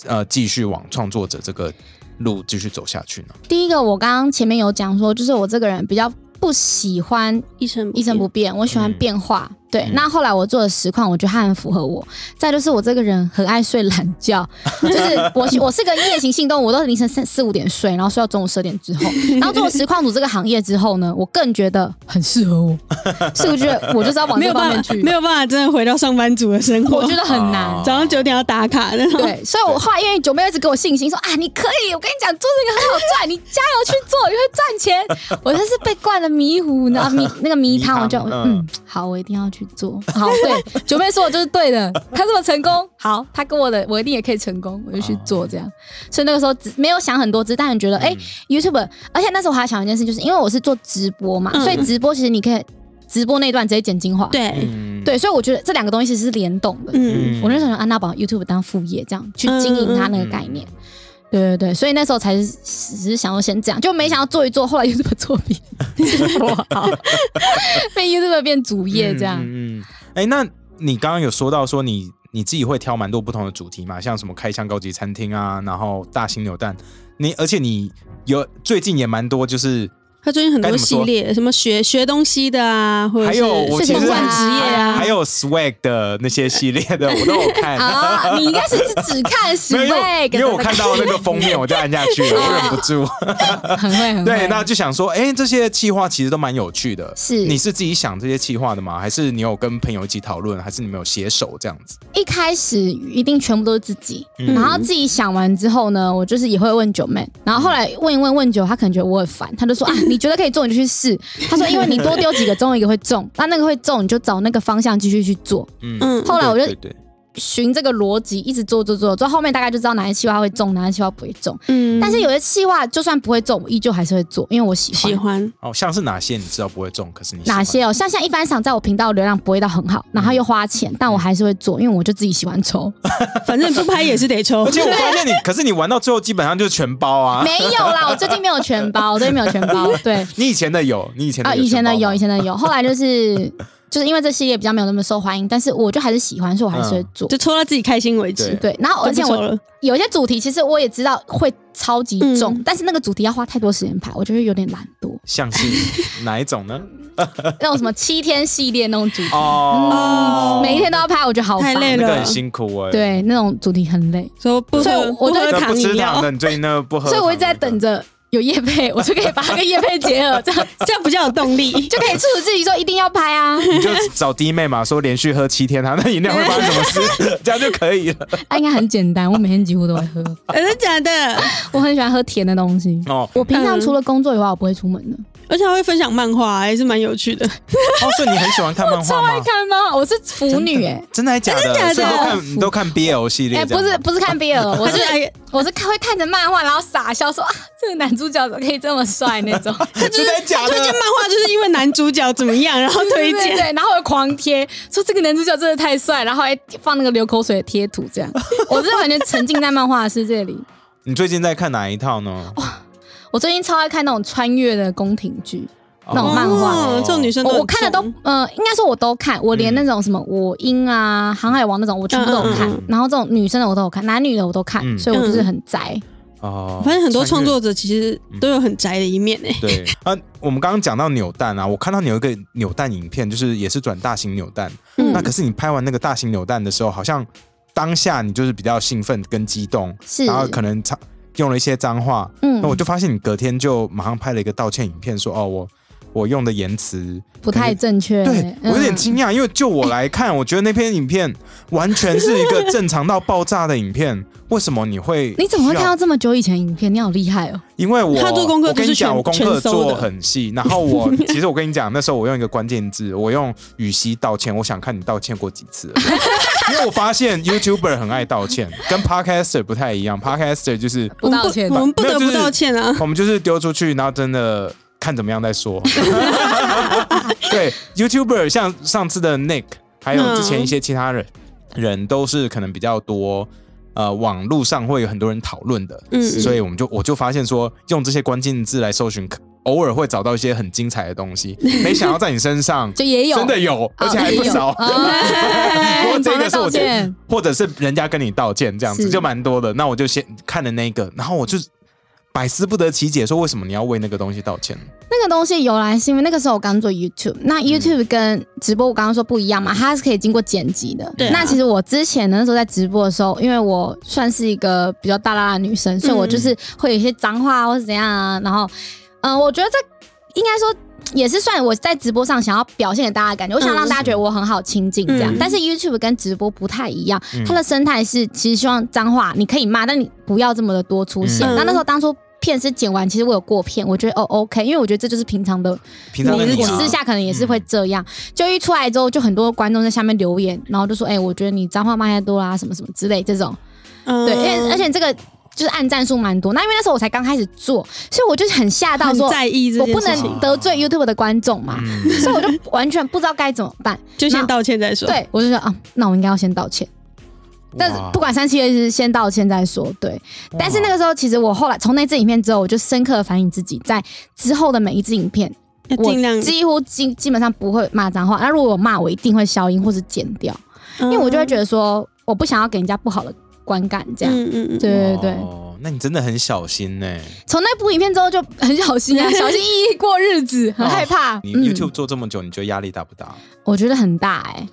B: 呃继续往创作者这个路继续走下去呢？
D: 第一个，我刚刚前面有讲说，就是我这个人比较不喜欢
A: 一生
D: 一成不变，我喜欢
B: 嗯
D: 变化。对，
B: 嗯
D: 那后来我做了实况，我觉得它很符合我。再就是我这个人很爱睡懒觉，就是 我是我是个夜行性动物，我都是凌晨三四五点睡，然后睡到中午十二点之后。然后做了实况组这个行业之后呢，我更觉得很适 合我，所以我觉得我就是要往
A: 没
D: 这
A: 有
D: 方
A: 办
D: 面
A: 法
D: 去，，
A: 没有办法真的回到上班族的生活。
D: 我觉得很难。
B: 哦
A: 早上九点要打卡 那种。
D: 对，所以我后来因为九妹一直给我信心，说啊，你可以，我跟你讲，做这个很好赚，你加油去做，你会赚 钱。我真是被灌了迷糊，然后 迷那个迷汤，我就
B: 迷汤嗯
D: 嗯，好，我一定要去做。好，对，九妹说我就是对的，她这么成功， 好，啊她跟我的，我一定也可以成功，我就去做这样。所以那个时候只没有想很多，只是单纯觉得，哎、y o u t u b e 而且那时候我还想一件事，就是因为我是做直播嘛，
A: 嗯
D: 所以直播其实你可以直播那段直接剪精华。
A: 对，
B: 嗯，
D: 对，所以我觉得这两个东西其实是联动的。
A: 嗯，
D: 我那时候想安娜把 YouTube 当副业这样去经营它那个概
B: 嗯
D: 念。对对对，所以那时候才是只是想要先这样，就没想要做一做，后来 YouTube 作品 不 好，被 YouTube 变主业这样。
B: 嗯，嗯哎、那你刚刚有说到说你你自己会挑蛮多不同的主题嘛，像什么开箱高级餐厅啊，然后大型扭蛋，你而且你有最近也蛮多就是。
A: 他最近很
B: 该
A: 多
B: 怎么说
A: 系列，什么学学东西的啊，或者
B: 还
A: 是
B: 有我
A: 是
B: 其
A: 公
B: 实
A: 关职业啊，
B: 还有 swag 的那些系列的，我都有 看。
D: 啊，你应该是只看十
B: 嗯 没有，
D: 倍，
B: 因为我看到那个封 面我就按下去
D: 哦
B: 了，我忍不住。
D: 很会很会。
B: 对，那就想说，哎，这些企划其实都蛮有趣的。
D: 是
B: 你是自己想这些企划的吗？还是你有跟朋友一起讨论？还是你们有携手这样子？
D: 一开始一定全部都是自己，
B: 嗯
D: 然后自己想完之后呢，我就是也会问九妹，然后后来问一问问九，她可能觉得我很烦，她就 说啊，你觉得可以中你就去试，她说因为你多丢几个中一个会中，那那个会中你就找那个方向继续去做。
B: 嗯，
A: 嗯，
D: 后来我就
B: 对对对
D: 循这个逻辑一直做做做，做到后面大概就知道哪些计划会中，哪些计划不会中。
A: 嗯，
D: 但是有些计划就算不会中，我依旧还是会做，因为我喜欢。
A: 喜欢
B: 哦，像是哪些你知道不会中，可是你喜欢
D: 哪些哦？像像一般赏在我频道流量不会到很好，然后又花钱，但我还是会做，因为我就自己喜欢抽。
A: 反正不拍也是得抽
B: 而。且我发 现你，可是你玩到最后基本上就是全包啊。
D: 没有啦，我最近没有全包，我最近没有全包。对，
B: 你以前的有，你以前的
D: 啊，以前的有，以
B: 前
D: 前的有，后来就是就是因为这系列比较没有那么受欢迎，但是我就还是喜欢，所以我还是会做。
A: 就抽到自己开心为
B: 对。
A: 止。
D: 对，然后而且
A: 就不抽
D: 我
A: 了
D: 有一些主题，其实我也知道会超级重，但是那个主题要花太多时间拍，我就会有点懒惰
B: 像是哪一种 呢？
D: 那种什么七天系列那种主题，
B: 哦，
D: 嗯每一天都要拍，我觉得好
A: 太
D: 烦。
A: 累
B: 那
A: 了
B: 个很辛苦哎。
D: 对，那种主题很累，
A: 说不喝
D: 所以我我
A: 不
D: 就
A: 喝
D: 会
B: 那不
A: 糖
B: 吃
A: 饮
B: 糖
A: 料
B: 的，，你最近那个不喝，
D: 所以我一直在等。着有叶配，我就可以把它跟叶配结合，这样
A: 这样比较有动 力。
D: 就可以促使自己说一定要拍 啊。
B: 你就找弟妹嘛，说连续喝七天，她啊那饮料会发生什么事？ 这样就可以了。
D: 啊，应该很简单，我每天几乎都会喝。
A: 真的假的？
D: 我很喜欢喝甜的东西。
B: 哦，
D: 我平常除了工作以外，我不会出门的。
A: 而且还会分享漫画，也是蛮有趣的。
B: 哦，所以你很喜欢看漫画吗？
D: 看吗？我是腐女哎、
B: 真的还假的？哦
A: 的
B: 所以都看你都看 BL 系
D: 欸，
B: 列
D: 哎、
B: 这样？
D: 不是不是看 BL，我
A: 我
D: 是
A: 是哎，
D: 我是看会看着漫画，然后傻笑说啊，这个男主角怎么可以这么帅那种，
B: 真的还假
A: 推荐
B: 的？
A: 漫画就是因为男主角怎么样，然后推
D: 对对
A: 荐。
D: 对，然后我狂贴说这个男主角真的太帅，然后还放那个流口水的贴图这样，我是完全沉浸在漫画的世界里。
B: 你最近在看哪一套呢？
D: 我最近超爱看那种穿越的宫廷剧，那种漫画
A: 哦这种女生
D: 我
A: 很
D: 我看的都
A: 重
D: 呃，应该说我都看，我连那种什么我英啊、航海王那种我全部都有看
A: 嗯
B: 嗯嗯，
D: 然后这种女生的我都有看，男女的我都看
B: 嗯，
D: 所以我就是很宅。
B: 哦
A: 我发现很多创
B: 穿越
A: 作者其实都有很宅的一面诶、欸
B: 对啊，我们刚刚讲到扭蛋啊，我看到你有一个扭蛋影片，就是也是转大型扭蛋。
A: 嗯
B: 那可是你拍完那个大型扭蛋的时候，好像当下你就是比较兴奋跟激动，
D: 是
B: 然后可能唱用了一些脏话。
D: 嗯
B: 那我就发现你隔天就马上拍了一个道歉影片，说哦我。我用的言辞
D: 不太嗯正确。
B: 对我有点惊讶，因为就我来看，我觉得那篇影片完全是一个正常到爆炸的影片。为什么你会？
D: 你怎么会看到？这么久以前的影片？你好厉害哦！
B: 因为我
A: 他做功课
B: 我
A: 就
B: 跟你
A: 是全
B: 讲，我功课
A: 全搜的
B: 做很细。然后我 其实我跟你讲，那时候我用一个关键字，我用羽西道歉，我想看你道歉过几次了。因为我发现 YouTuber 很爱道歉，跟 Podcaster 不太一样。Podcaster 就是
D: 嗯不道歉
A: 我们不我
B: 没有
A: 们不得
B: 就
A: 不
B: 是
A: 道歉 啊。
B: 我们就是丢出去，然后真的看怎么样再说。 对，YouTuber 像上次的 Nick，还有之前一些其他人、人都是可能比较多，呃，网络上会有很多人讨论的，
A: 嗯
B: 所以我们就我就发现说，用这些关键字来搜寻，可偶尔会找到一些很精彩的东西。没想到在你身上
D: 就 也有哦啊
B: 真的有，而且还不 少。不过
D: 我
B: 这个是我觉
D: 哦哎
B: 得
D: 道歉，，
B: 或者是人家跟你道歉这样子
D: 是
B: 就蛮多的。那我就先看了那个，然后我就百思不得其解，说为什么你要为那个东西道歉？
D: 那个东西由来是因为那个时候我刚做 YouTube，那
A: 嗯
D: YouTube 跟直播我刚刚说不一样嘛，它是可以经过剪辑的。
A: 对啊
D: 那其实我之前呢那时候在直播的时候，因为我算是一个比较大啦啦的女生，
A: 嗯
D: 所以我就是会有一些脏话啊或是怎样啊。然后，嗯、我觉得这应该说。也是算我在直播上想要表现给大家的感觉，我想让大家觉得我很好亲近这样。
A: 嗯
D: 但是 YouTube 跟直播不太一样，
B: 嗯
D: 它的生态是其实希望脏话你可以骂，但你不要这么的多出现。
A: 嗯
D: 那那时候当初片是剪完，其实我有过片，我觉得哦 OK，因为我觉得这就是平常的，
B: 平常的
A: 你
B: 你
D: 我
B: 啊
D: 私下可能也是会这样。就一出来之后，就很多观众在下面留言，然后就说：“哎、我觉得你脏话骂太多啦、什么什么之类这种。”
A: 嗯
D: 对，因为而且这个就是按战数蛮多。那因为那时候我才刚开始做，所以我就是很吓到
A: 很
D: 说。
A: 在意这
D: 我
A: 件
D: 不
A: 事情，
D: 能得罪 YouTube 的观众嘛，
B: 嗯
D: 所以我就完全不知道该怎么办。
A: 就先
D: 那
A: 道歉再说。，
D: 对我就说啊，那我应该要先道歉。 但是
B: 哇
D: 不管三七二十一，先道歉再说。对，但是那个时候，其实我后来从那支影片之后，我就深刻的反省自己，在之后的每一支影片，
A: 要
D: 我
A: 哎尽量，
D: 几乎基基本上不会骂脏话。那如果我骂，我一定会消音或是剪掉，
A: 因
D: 因为我就会觉得说，我不想要给人家不好的观感。这样，
A: 嗯嗯嗯，
D: 对对对。
B: 哦，那你真的很小心呢、
D: 从那部影片之后就很小心
A: 嗯
D: 啊，小心翼翼过日 子，很害怕。
B: 哦你
D: 嗯
B: YouTube 做这么久，你觉得压力大不大？
D: 我觉得很大哎，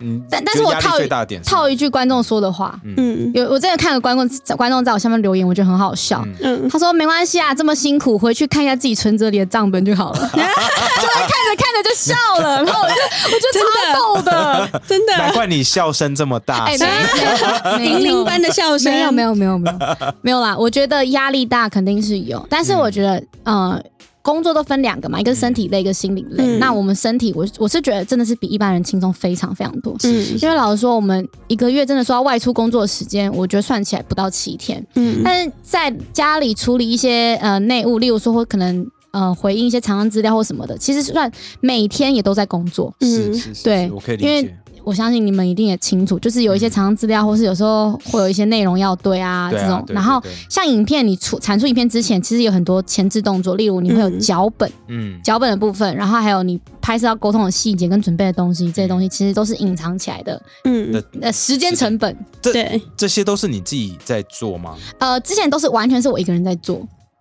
B: 嗯，
D: 但但是我
B: 觉得压力
D: 套
B: 最大的点是
D: 套一句观众说的话。
A: 嗯
D: 有，我真的看了观众观众在我下面留言，我觉得很好笑。
B: 嗯
A: 嗯，
D: 他说：“没关系啊，这么辛苦，回去看一下自己存折里的账本就好了。” 就会看着看着就笑了，然后我就我就超逗的，
A: 真
B: 难
A: 的，
B: 怪你笑声这么大
D: 哎，
B: 声。
D: 没有
A: 银铃般的笑声，
D: 没有没有没有没有没有啦，我觉得压力大肯定是有，但
A: 嗯
D: 是我觉得、呃。工作都分两个嘛，一个是身体类，一个心理类。
A: 嗯
D: 那我们身体，我我是觉得真的是比一般人轻松非常非常多。
A: 嗯
D: 因为老实说，我们一个月真的说要外出工作的时间，我觉得算起来不到七天。
A: 嗯
D: 但是在家里处理一些呃内务，例如说或可能呃回应一些厂商资料或什么的，其实算每天也都在工作。
B: 是是
A: 嗯，
B: 是是
D: 对
B: 我可以理
D: 因为
B: 解。
D: 我相信你们一定也清楚，就是有一些厂商资料，或是有时候会有一些内容要对啊
B: 对啊
D: 这种。
B: 对
D: 然后
B: 对对
D: 像影片，你出产出影片之前，其实有很多前置动作，例如你会有
A: 嗯
D: 脚本，
B: 嗯，
D: 脚本的部分，然后还有你拍摄要沟通的细节跟准备的东西，
B: 嗯
D: 这些东西其实都是隐藏起来的，
A: 嗯，
D: 呃，时间成本。
A: 对，
B: 这些都是你自己在做吗？
D: 呃，之前都是完全是我一个人在做，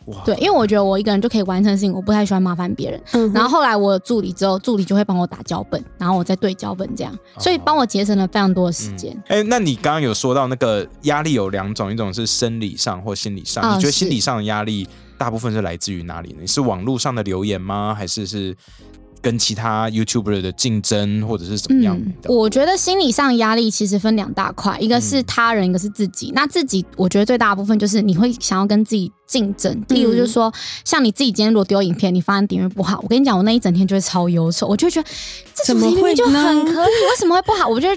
B: 哇，
D: 对，因为我觉得我一个人就可以完成事情，我不太喜欢麻烦别人。
A: 嗯，
D: 然后后来我有助理之后，助理就会帮我打脚本，然后我再对脚本这样，所以帮我节省了非常多的时间。
B: 哎、那你刚刚有说到那个压力有两种，一种是生理上或心理上。
D: 啊
B: 你觉得
D: 是
B: 心理上的压力大部分是来自于哪里呢？是网络上的留言吗？还是是跟其他 YouTuber 的竞争，或者是怎么样的？
D: 嗯我觉得心理上压力其实分两大块，一个是他人，一个是自己。那自己，我觉得最大的部分就是你会想要跟自己竞争。例如，就是说，像你自己今天如果丢影片，你发现点阅不好，我跟你讲，我那一整天就会超忧愁，我就会觉得这
A: 怎么
D: 主题明明
A: 会
D: 就很
A: 呢
D: 可以，为什么会不好？我就会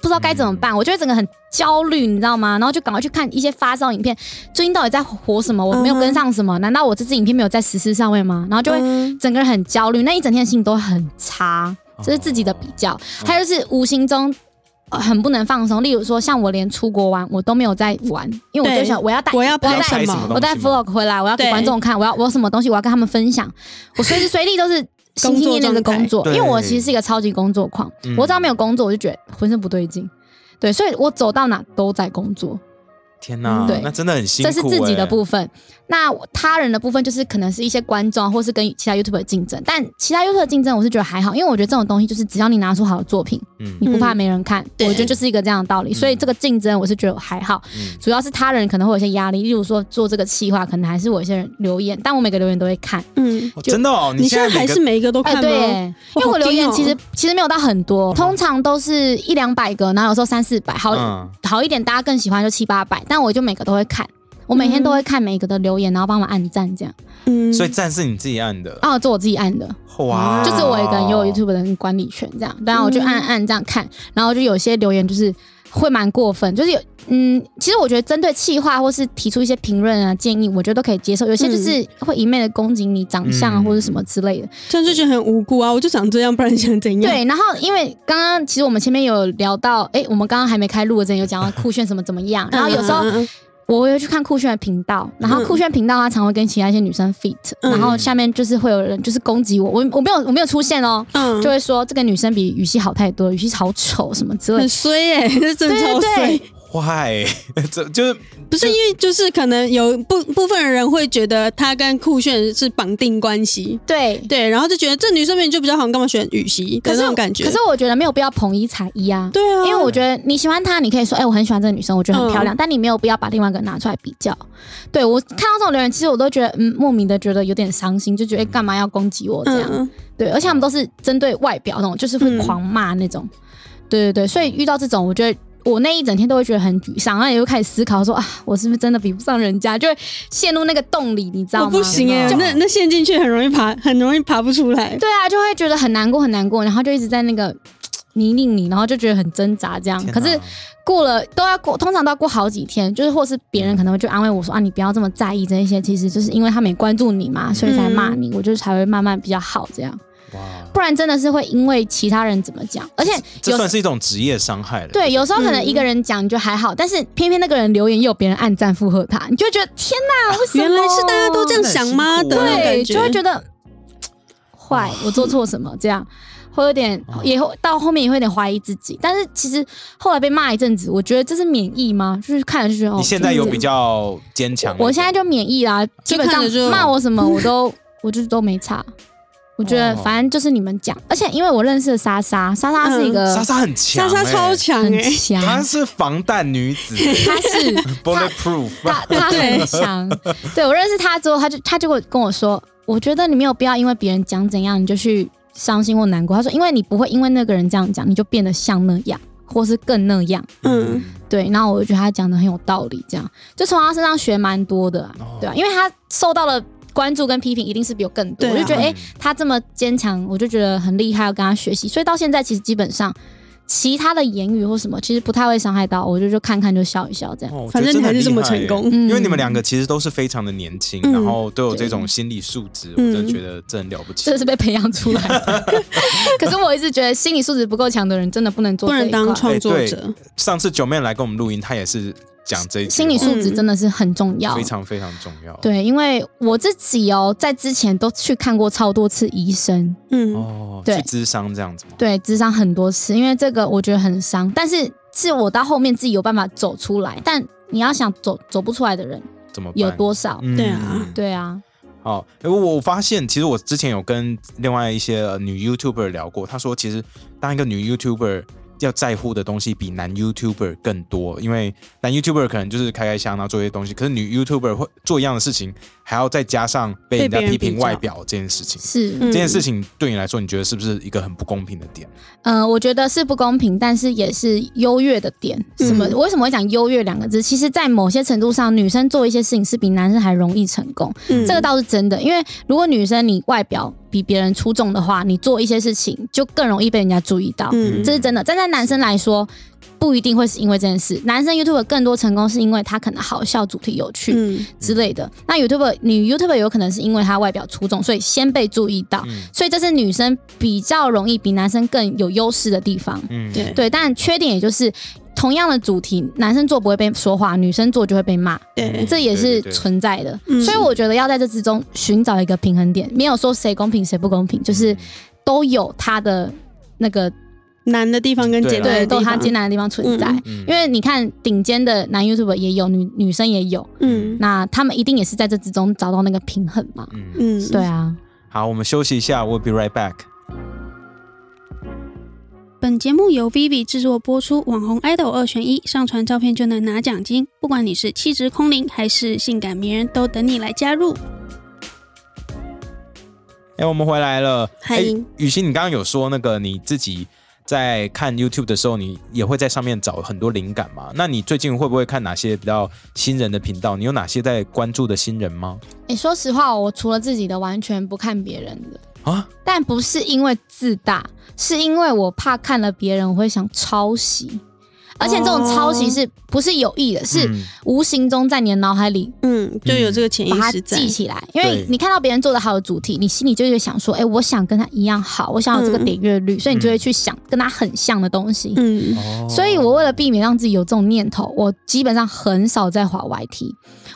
D: 不知道该怎么办，我就会整个很焦虑，你知道吗？然后就赶快去看一些发烧影片，最近到底在火什么？我没有跟上什么？难道我这支影片没有在实施上面吗？然后就会
A: 嗯
D: 整个人很焦虑，那一整天的心情都很差，
B: 嗯
D: 这是自己的比较。还有就是无形中。呃很不能放松，例如说，像我连出国玩我都没有在玩，因为我
A: 对
D: 就想我要带，
A: 我要
D: 带
A: 拍
B: 什
A: 什
B: 么
A: 么？
D: 我带
B: 东西吗
D: vlog 回来，我要给
A: 对
D: 观众看，我要我有什么东西，我要跟他们分享。我随时随地都是心心念念的工作，
B: 状态
D: 因为我其实是一个超级工作狂
B: 对嗯，
D: 我只要没有工作，我就觉得浑身不对劲。对，所以我走到哪都在工作。
B: 天哪
D: 嗯对，
B: 那真的很辛苦、
D: 这
B: 欸。
D: 是自己的部分。那我他人的部分就是可能是一些观众，啊或是跟其他 YouTube 竞争。但其他 YouTube 竞争我是觉得还好，因为我觉得这种东西就是只要你拿出好的作品，
B: 嗯
D: 你不怕没人看，
A: 对
D: 我觉得就是一个这样的道理。所以这个竞争我是觉得还好，
B: 嗯
D: 主要是他人可能会有一些压力，例如说做这个企划，可能还是我一些人留言，但我每个留言都会看。
A: 嗯，
B: 哦真的哦，
A: 你
B: 现
A: 现在
B: 在
A: 还
B: 每个
A: 是每一个都
D: 哎、
A: 看吗？哦
D: 对耶，因为
A: 好
D: 我留
A: 低
D: 言
A: 哦
D: 其实、其实没有到很多，通常都是一两百个，然后有时候三四百，好、
B: 嗯
D: 好一点，大家更喜欢就七八百，但我就每个都会看，我每天都会看每一个的留言，然后帮忙按赞这样。
A: 嗯，
B: 所以赞是你自己按的，
D: 啊，我做我自己按的，
B: 哇，
D: 就只有我一个人有
B: 哦
D: YouTube 的管理权这样，然后我就
A: 嗯
D: 按按这样看，然后就有些留言就是会蛮过分，就是有。嗯，其实我觉得针对气话或是提出一些评论啊建议，我觉得都可以接受。有
A: 嗯
D: 些就是会一昧的攻击你长相啊
B: 嗯
D: 或者什么之类的。
A: 这样就觉得很无辜啊！我就长这样，不然你想怎样？
D: 对，然后因为刚刚其实我们前面有聊到，哎、我们刚刚还没开录之前有讲到酷炫什么怎么样，
A: 嗯，
D: 然后有时候
A: 嗯嗯嗯
D: 我会去看酷炫的频道，然后酷炫频道他常会跟其他一些女生 fit，、
A: 嗯
D: 然后下面就是会有人就是攻击我，我我没有我没有出现哦，
A: 嗯，
D: 就会说这个女生比雨熙好太多，雨熙好丑什么之类
A: 嗯很
D: 的。
A: 衰耶、 这真的
D: 对
A: 超
D: 对
A: 衰。
D: 对，
B: 坏， 这就是
D: 嗯
A: 不是因为就是可能有部部分人会觉得他跟酷炫是绑定关系，
D: 对。
A: 对，然后就觉得这女生明明就比较好，你干嘛选羽西的
D: 可是
A: 那种感觉？
D: 可是我觉得没有必要捧一踩一啊。
A: 对啊，嗯
D: 因为我觉得你喜欢她，你可以说，哎、我很喜欢这个女生，我觉得很漂亮，但你没有必要把另外一个拿出来比较。对我看到这种留言，其实我都觉得，嗯，莫名的觉得有点伤心，就觉得哎干嘛要攻击我这样？
A: 嗯，
D: 对，而且他们都是针对外表那种，就是会狂骂那种。对对对，所以遇到这种，我觉得我那一整天都会觉得很沮丧，然后也会开始思考说啊，我是不是真的比不上人家？就会陷入那个洞里，你知道
A: 我
D: 吗？
A: 不行哎、
B: 就
A: 那那陷进去很容易爬，很容易爬不出来。
D: 对啊，就会觉得很难过，很难过，然后就一直在那个泥泞里，然后就觉得很挣扎这样。
B: 天哪
D: 可是过了都要过，通常都要过好几天，就是或是别人可能会就安慰我说啊，你不要这么在意这一些，其实就是因为他没关注你
A: 嗯
D: 嘛，所以才骂你，我就才会慢慢比较好这样。
B: 哇，
D: 不然真的是会因为其他人怎么讲，而且
B: 这
D: 有
B: 算是一种职业伤害了。
D: 对，有时候可能一个人讲就还好，但是偏偏那个人留言又有别人暗赞附和他，你就会觉得天哪，为什么
A: 原来是大家都这样想吗？
B: 真的
A: 的
B: 很辛苦
A: 那
B: 啊
A: 种感
D: 对，
A: 觉，
D: 就会觉得坏，我做错什么这样。会有点，
B: 哦
D: 也会到后面也会有点怀疑自己，但是其实后来被骂一阵子，我觉得这是免疫吗？就是看了就觉得哦，
B: 你现在有
D: 就是
B: 比较坚强一点，
D: 我现在就免疫啦，基本上
A: 看着就
D: 骂我 什么我都我就是都没差。我觉得
B: 哦
D: 反正就是你们讲，而且因为我认识的莎莎，莎莎是一个
A: 嗯
B: 莎莎很强
A: 莎
B: 欸，
A: 呃莎超强
D: 很
A: 哎、
D: 强，
B: 她是防弹女子
D: 她是
B: ，bulletproof，
D: 她她很 强。对我认识她之后，她就她就跟我说，我觉得你没有必要因为别人讲怎样你就去伤心或难过。她说，因为你不会因为那个人这样讲，你就变得像那样，或是更那样。
A: 嗯，
D: 对，然后我就觉得她讲的很有道理，这样就从她身上学蛮多的、啊，
B: 哦
D: 对吧、因为她受到了。关注跟批评一定是比我更多，
A: 对啊
D: 我就觉得哎、
B: 嗯
D: 诶她这么坚强，我就觉得很厉害，要跟她学习。所以到现在，其实基本上其他的言语或什么，其实不太会伤害到我，我就就看看就笑一笑这样。
B: 哦我觉得
A: 反正
B: 真
A: 你
B: 的
A: 还
B: 很
A: 是这么成
B: 厉害欸
A: 功。
D: 嗯
B: 因为你们两个其实都是非常的年轻，
A: 嗯
B: 然后都有
D: 对
B: 这种心理素质，我
A: 嗯
B: 真的觉得这很了不起
D: 这。是被培养出来的。 可是我一直觉得心理素质不够强的人，真的不能做
A: 不
D: 这
A: 能
D: 一块
A: 当。创作
B: 哎对
A: 者，
B: 上次九妹来跟我们录音，她也是讲这一句话
D: 心理素质真的是很重要
A: 啊
B: 嗯非。常非常重要。，
D: 对，因为我自己哦，在之前都去看过超多次医生，
A: 嗯，
B: 哦，
D: 对
B: 去智商这样子吗？
D: 对，智商很多次，因为这个我觉得很伤。但是是我到后面自己有办法走出来，但你要想走走不出来的人
B: 怎么办
D: 有多少？
B: 嗯
A: 对啊
D: 对啊，
B: 哦，因为我发现其实我之前有跟另外一些呃女 YouTuber 聊过，她说其实当一个女 YouTuber 要在乎的东西比男 YouTuber 更多，因为男 YouTuber 可能就是开开箱然后做一些东西，可是女 YouTuber 会做一样的事情，还要再加上被人家
A: 被别人
B: 批评
A: 比较
B: 外表这件事情。
D: 是，
A: 嗯
B: 这件事情对你来说，你觉得是不是一个很不公平的点？
D: 呃，我觉得是不公平，但是也是优越的点。什么？
A: 嗯
D: 我为什么会讲优越两个字？其实，在某些程度上，女生做一些事情是比男生还容易成功，
A: 嗯
D: 这个倒是真的。因为如果女生你外表比别人出众的话，你做一些事情就更容易被人家注意到，
A: 嗯
D: 这是真的。但在男生来说，不一定会是因为这件事。男生 YouTube 更多成功是因为他可能好笑、主题有趣。
A: 嗯
D: 之类的，那 YouTube 女 YouTube 有可能是因为她外表出众，所以先被注意到，
B: 嗯
D: 所以这是女生比较容易比男生更有优势的地方。
B: 嗯，
A: 对
D: 对，但缺点也就是同样的主题，男生做不会被说话，女生做就会被骂，
A: 嗯对，
D: 这也
B: 对
D: 是
B: 对对
D: 存在的。
A: 嗯
D: 所以我觉得要在这之中寻找一个
B: 嗯
D: 平衡点，没有说谁公平谁不公平，就是都有他的那个
A: 难的地方跟简单
D: 对，
A: 的
D: 都
A: 地
D: 有它
A: 方，
D: 艰难的地方存在。
B: 嗯
D: 因为你看，顶尖的男 YouTuber 也有，女女生也有，
A: 嗯
D: 那他们一定也是在这之中找到那个平衡嘛。
B: 嗯，
A: 嗯，
D: 对。啊，
B: 好，我们休息一下，We'll be right back。
A: 本节目由 Vivi 制作播出，网红 idol 二选一，上传照片就能拿奖金。不管你是气质空灵还是性感迷人，都等你来加入。
B: 哎、我们回来了。
A: 嗨
B: 哎雨欣，你刚刚有说那个你自己在看 YouTube 的时候，你也会在上面找很多灵感嘛？那你最近会不会看哪些比较新人的频道？你有哪些在关注的新人吗？
D: 诶，说实话，我除了自己的，完全不看别人的。
B: 啊，
D: 但不是因为自大，是因为我怕看了别人我会想抄袭，而且这种抄
A: 哦
D: 袭是不是有意的？是
B: 嗯
D: 无形中在你的脑海里
A: 嗯，就有这个潜意
D: 嗯把它
A: 识在
D: 记。起来，因为
B: 对
D: 你看到别人做的好的主题，你心里就会想说，哎、我想跟他一样好，我想有这个点阅率，所以你就会去想跟他很像的东西。
A: 嗯
B: 哦
D: 所以，我为了避免让自己有这种念头，我基本上很少在滑 YT，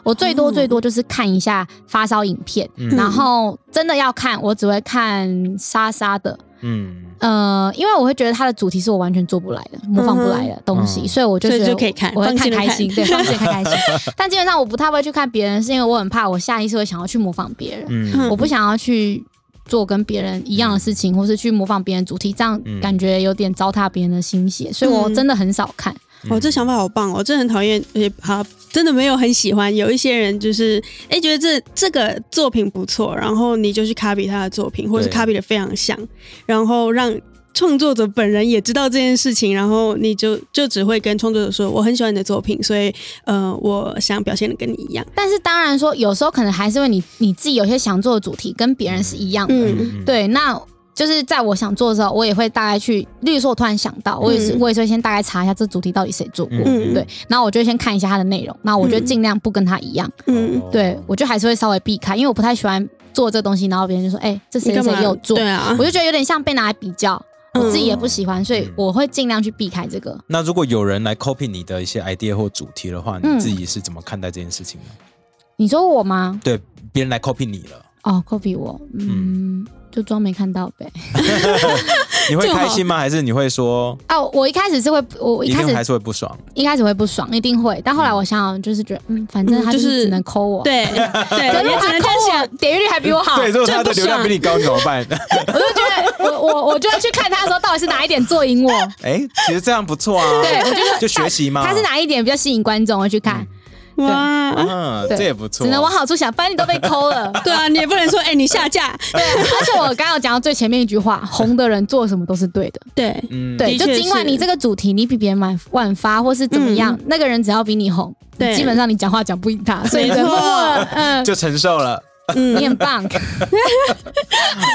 D: 我最多
A: 哦
D: 最多就是看一下发烧影片，
B: 嗯
D: 然后真的要看，我只会看莎莎的，
B: 嗯
D: 呃，因为我会觉得它的主题是我完全做不来的、模仿不来的东西，
B: 嗯
D: 所以我就觉得
A: 嗯所以就可以看
D: 我会
A: 放
D: 看
A: 心地
D: 开心，
A: 看
D: 对，放心地看开 心。但基本上我不太会去看别人，是因为我很怕我下意识会想要去模仿别人，
B: 嗯
D: 我不想要去做跟别人一样的事情，或是去模仿别人主题，这样
B: 嗯
D: 感觉有点糟蹋别人的心血，所以我真的很少看。
A: 哦，这想法好棒哦！我真的很讨厌，也好，真的没有很喜欢。有一些人就是，哎、觉得这这个作品不错，然后你就去 copy 他的作品，或者是
B: 对
A: copy 的非常像，然后让创作者本人也知道这件事情，然后你就就只会跟创作者说，我很喜欢你的作品，所以呃，我想表现的跟你一样。
D: 但是当然说，有时候可能还是因为你你自己有些想做的主题跟别人是一样的，
A: 嗯
B: 嗯，
D: 对，那就是在我想做的时候，我也会大概去，例如说，我突然想到，我也是，
A: 嗯
D: 我也是会先大概查一下这主题到底谁做过，
B: 嗯
D: 对，然后我就会先看一下它的内容，那我就
A: 嗯
D: 尽量不跟他一样，
A: 嗯，
D: 对
B: 哦
D: 我就还是会稍微避开，因为我不太喜欢做这东西，然后别人就说，哎、这
A: 你
D: 谁谁
A: 干嘛
D: 谁有做
A: 对，啊
D: 我，就觉得有点像被拿来比较，我自己也不喜欢，所以
B: 嗯
D: 我会尽量去避开这个。
B: 那如果有人来 copy 你的一些 idea 或主题的话，
D: 嗯
B: 你自己是怎么看待这件事情呢？
D: 你说我吗？
B: 对，别人来 copy 你了，
D: 哦，copy 我，嗯，就装没看到呗。
B: 你会
A: 这么好
B: 开心吗？还是你会说
D: 哦，我一开始是会，我一
B: 一
D: 开始
B: 定还是会不爽？
D: 一开始会不爽，一定会，但后来我想想，就是觉得，嗯，反正
A: 嗯
D: 他就
A: 就是
D: 是只能抠我，
A: 对
D: 可
A: 对，
B: 哎
D: 是
A: 也只
D: 他
A: 能
D: 扣
A: 看起来
D: 我点阅率还比我好，
B: 对，如果
D: 就
B: 他
D: 很
B: 的
D: 哦不
B: 流量
D: 爽
B: 比。你高，你怎么办？
D: 我就觉 得我我我就要去看他的时候，到底是哪一点做赢我？
B: 哎、其实这样不错啊。
D: 对，我就
B: 就学习嘛。
D: 他是？哪一点比较吸引观众，我去看。
A: 哇。
B: 嗯，
D: 对
B: 这也不错。
D: 只能往好处想，不然你都被 抠了。
A: 对啊，你也不能说哎、你下架。
D: 对，而且我刚刚有讲到最前面一 句话，红的人做什么都是对的。
A: 对，
B: 嗯，
D: 对，
A: 的
D: 就
A: 确
D: 尽管
A: 是
D: 你这个主题你比别人晚晚发或是怎么
B: 嗯
D: 样，那个人只要比你红，
A: 对
D: 基本上你讲话讲不赢他，所以
A: 没
D: 就
A: 错
D: 默默地嗯，
B: 就承受了。
A: 嗯
D: 你很棒。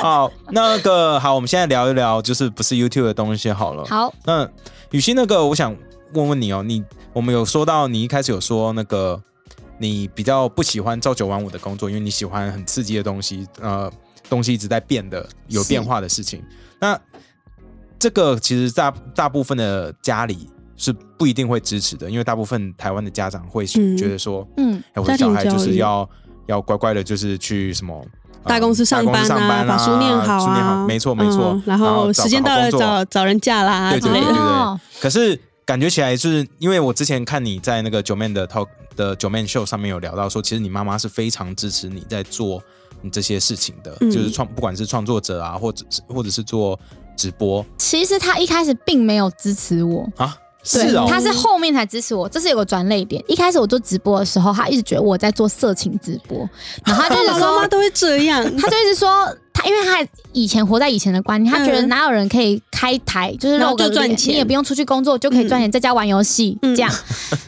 B: 哦，那个好，我们现在聊一聊，就是不是 YouTube 的东西 好了。
D: 好，
B: 那雨欣，那个我想问问你哦，你我们有说到你一开始有说那个你比较不喜欢朝九晚五的工作，因为你喜欢很刺激的东西，呃，东西一直在变的，有
D: 是
B: 变化的事情。那这个其实大大部分的家里是不一定会支持的，因为大部分台湾的家长会
A: 嗯
B: 觉得说，
D: 嗯，
B: 哎，我的
A: 家庭
B: 小孩就
A: 教
B: 是
A: 育
B: 要要乖乖的，就是去什么。呃
A: 大公司上
B: 大
A: 班啊
B: 公司上班啊
A: 把书念好
B: 书念好，
A: 啊，
B: 没错没错。
A: 嗯然后
B: 找
A: 时间
B: 个
A: 到
B: 好
A: 了
B: 工作
A: 找找人嫁啦哎
B: 对
A: 之
B: 对
A: 类
B: 对对
A: 的。
D: 哦
B: 对。可是感觉起来，就是因为我之前看你在那个九妹的 talk 的九妹 show 上面有聊到说，其实你妈妈是非常支持你在做你这些事情的，
A: 嗯
B: 就是创不管是创作者啊，或者是或者是做直播
D: 其实他一开始并没有支持我，
B: 啊，
D: 对，
B: 是哦，
D: 他是后面才支持我，这是有个转类点。一开始我做直播的时候，他一直觉得我在做色情直播，然后他就一
A: 爸爸
D: 直
A: 妈妈
D: 说，
A: 都会这 样，
D: 他就一直说。他因为他以前活在以前的观念，他觉得
A: 嗯
D: 哪有人可以开台，就是
A: 然后
D: 露个
A: 就赚
D: 脸
A: 钱
D: 你也不用出去工作就可以赚钱，在家玩游戏
A: 嗯
D: 这样。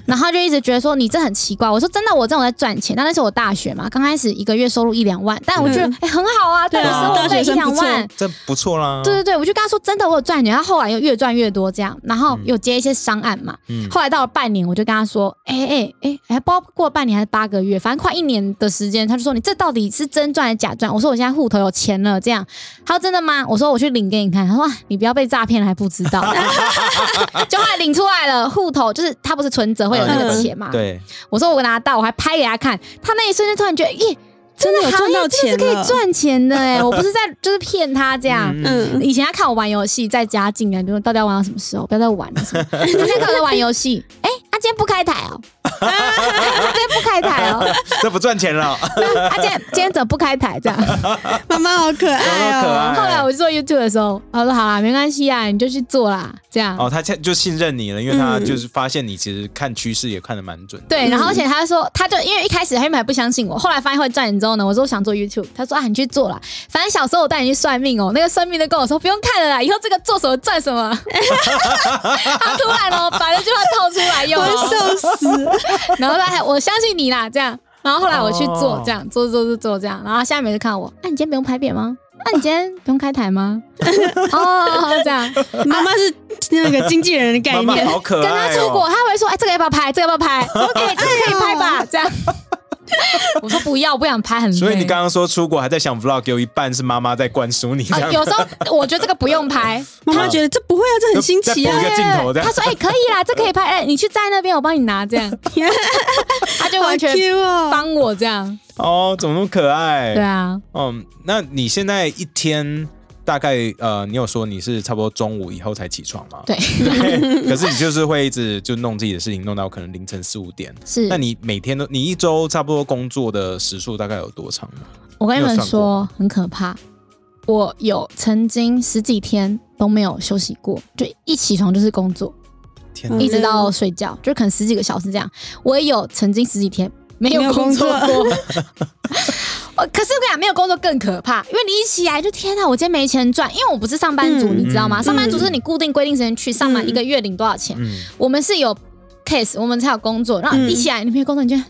D: 然后他就一直觉得说你这很奇怪。我说真的，我这种在赚钱，但那是我大学嘛，刚开始一个月收入一两万，但我觉得
A: 嗯
D: 哎很好啊，
A: 对
D: 对我
B: 啊
D: 生活
A: 大
D: 费
A: 学
D: 一
A: 生
D: 两
A: 不错
D: 万，
B: 这不错啦，
D: 对对对，我就跟他说真的，我有赚钱，他后来又越赚越多这样，然
A: 嗯
D: 后有接一些商案嘛。
B: 嗯
D: 后来到了半年，我就跟他说，哎哎哎，还包括半年还是八个月，反正快一年的时间，他就说你这到底是真赚还是假赚？我说我现在户头有钱了，这样。他说真的吗？我说我去领给你看。他说哇，你不要被诈骗了还不知道。 就后来领出来了，户头就是他不是存折会有那个
A: 嗯
D: 钱嘛？
B: 对，
D: 我说我拿到，我还拍给他看，他那一瞬间突然觉得，咦，
A: 真的有
D: 行
A: 赚到
D: 业真的哎
A: 钱
D: 是可
A: 了
D: 以，赚钱的哎，我不是在就是骗他这样。
A: 嗯，
D: 以前他看我玩游戏，在家竟然就说到底要玩到什么时候，不要再玩了。什么 他现在看我在玩游戏，哎、他、今天不开台哦， 他今天不开台哦，
B: 这不赚钱 了，
D: 他、今天今天怎么不开台这样？
A: 妈妈好可爱
B: 好可
A: 哦、
B: 爱
D: 后来我就做 YouTube 的时候，他说好啦，没关系啊，你就去做啦，这样。
B: 哦，他现就信任你了，因为他
A: 嗯
B: 就是发现你其实看趋势也看得蛮准的。
D: 对，然后而且他说，他就因为一开始他们还不相信我，后来发现会赚钱之后呢，我说我想做 YouTube，他说啊你去做啦，反正小时候我带你去算命哦，那个算命的跟我说不用看了啦，以后这个做什么赚什么， 他突然哦把那句话套出来用、
A: 我会
D: 哦，
A: 笑死！
D: 然后他还我相信你啦这样，然后后来我去做
B: 哦
D: 这样做做做做这样，然后他下面每次看我，啊那、你今天不用拍片吗？那、你今天不用开台吗？ 哦，这样
A: 妈妈是那个经纪人的概
B: 妈妈
A: 念，
B: 好可
D: 跟他
B: 爱
D: 出国，
B: 哦，
D: 他会说：“哎，这个要不要拍？这个要不要拍？我给这个可以拍吧？”这样， 我说不要，我不想拍，很累。
B: 所以你刚刚说出国还在想 vlog，有一半是妈妈在灌输你这
D: 啊，
B: 样。
D: 有时候我觉得这个不 用拍，
A: 妈妈觉得这不会啊，这很新奇啊
B: 再补一！个镜头这样
D: 他说：“哎，可以啦，这可以拍，哎，你去站那边，我帮你拿。”这样，他就
A: 哎好
D: 完全
A: Q 哦，
D: 帮我这样。
B: 哦，怎么那么可爱？
D: 对啊，
B: 嗯，那你现在一天大概呃，你有说你是差不多中午以后才起床吗？
D: 对，
B: 对。可是你就是会一直就弄自己的事情，弄到可能凌晨四五点。
D: 是
B: 那。你每天都，你一周差不多工作的时数大概有多长呢？
D: 我跟你
B: 你有
D: 们
B: 算过
D: 说，很可怕。我有曾经十几天都没有休息过，就一起床就是工作，
B: 天
A: 嗯
B: 哪！
D: 一直到睡觉，就可能十几个小时这样。我也有曾经十几天没
A: 没有
D: 有
A: 工
D: 工作
A: 作
D: 过。 我可是我跟你讲，没有工作更可怕，因为你一起来就天哪，我今天没钱赚，因为我不是上班族，
A: 嗯
D: 你知道吗？
B: 嗯
D: 上班族是你固定规定时间去上班，
A: 嗯
D: 一个月领多少钱？
B: 嗯，
D: 我们是有 case，我们才有工作，然后
A: 嗯
D: 一起来你没有工作，你就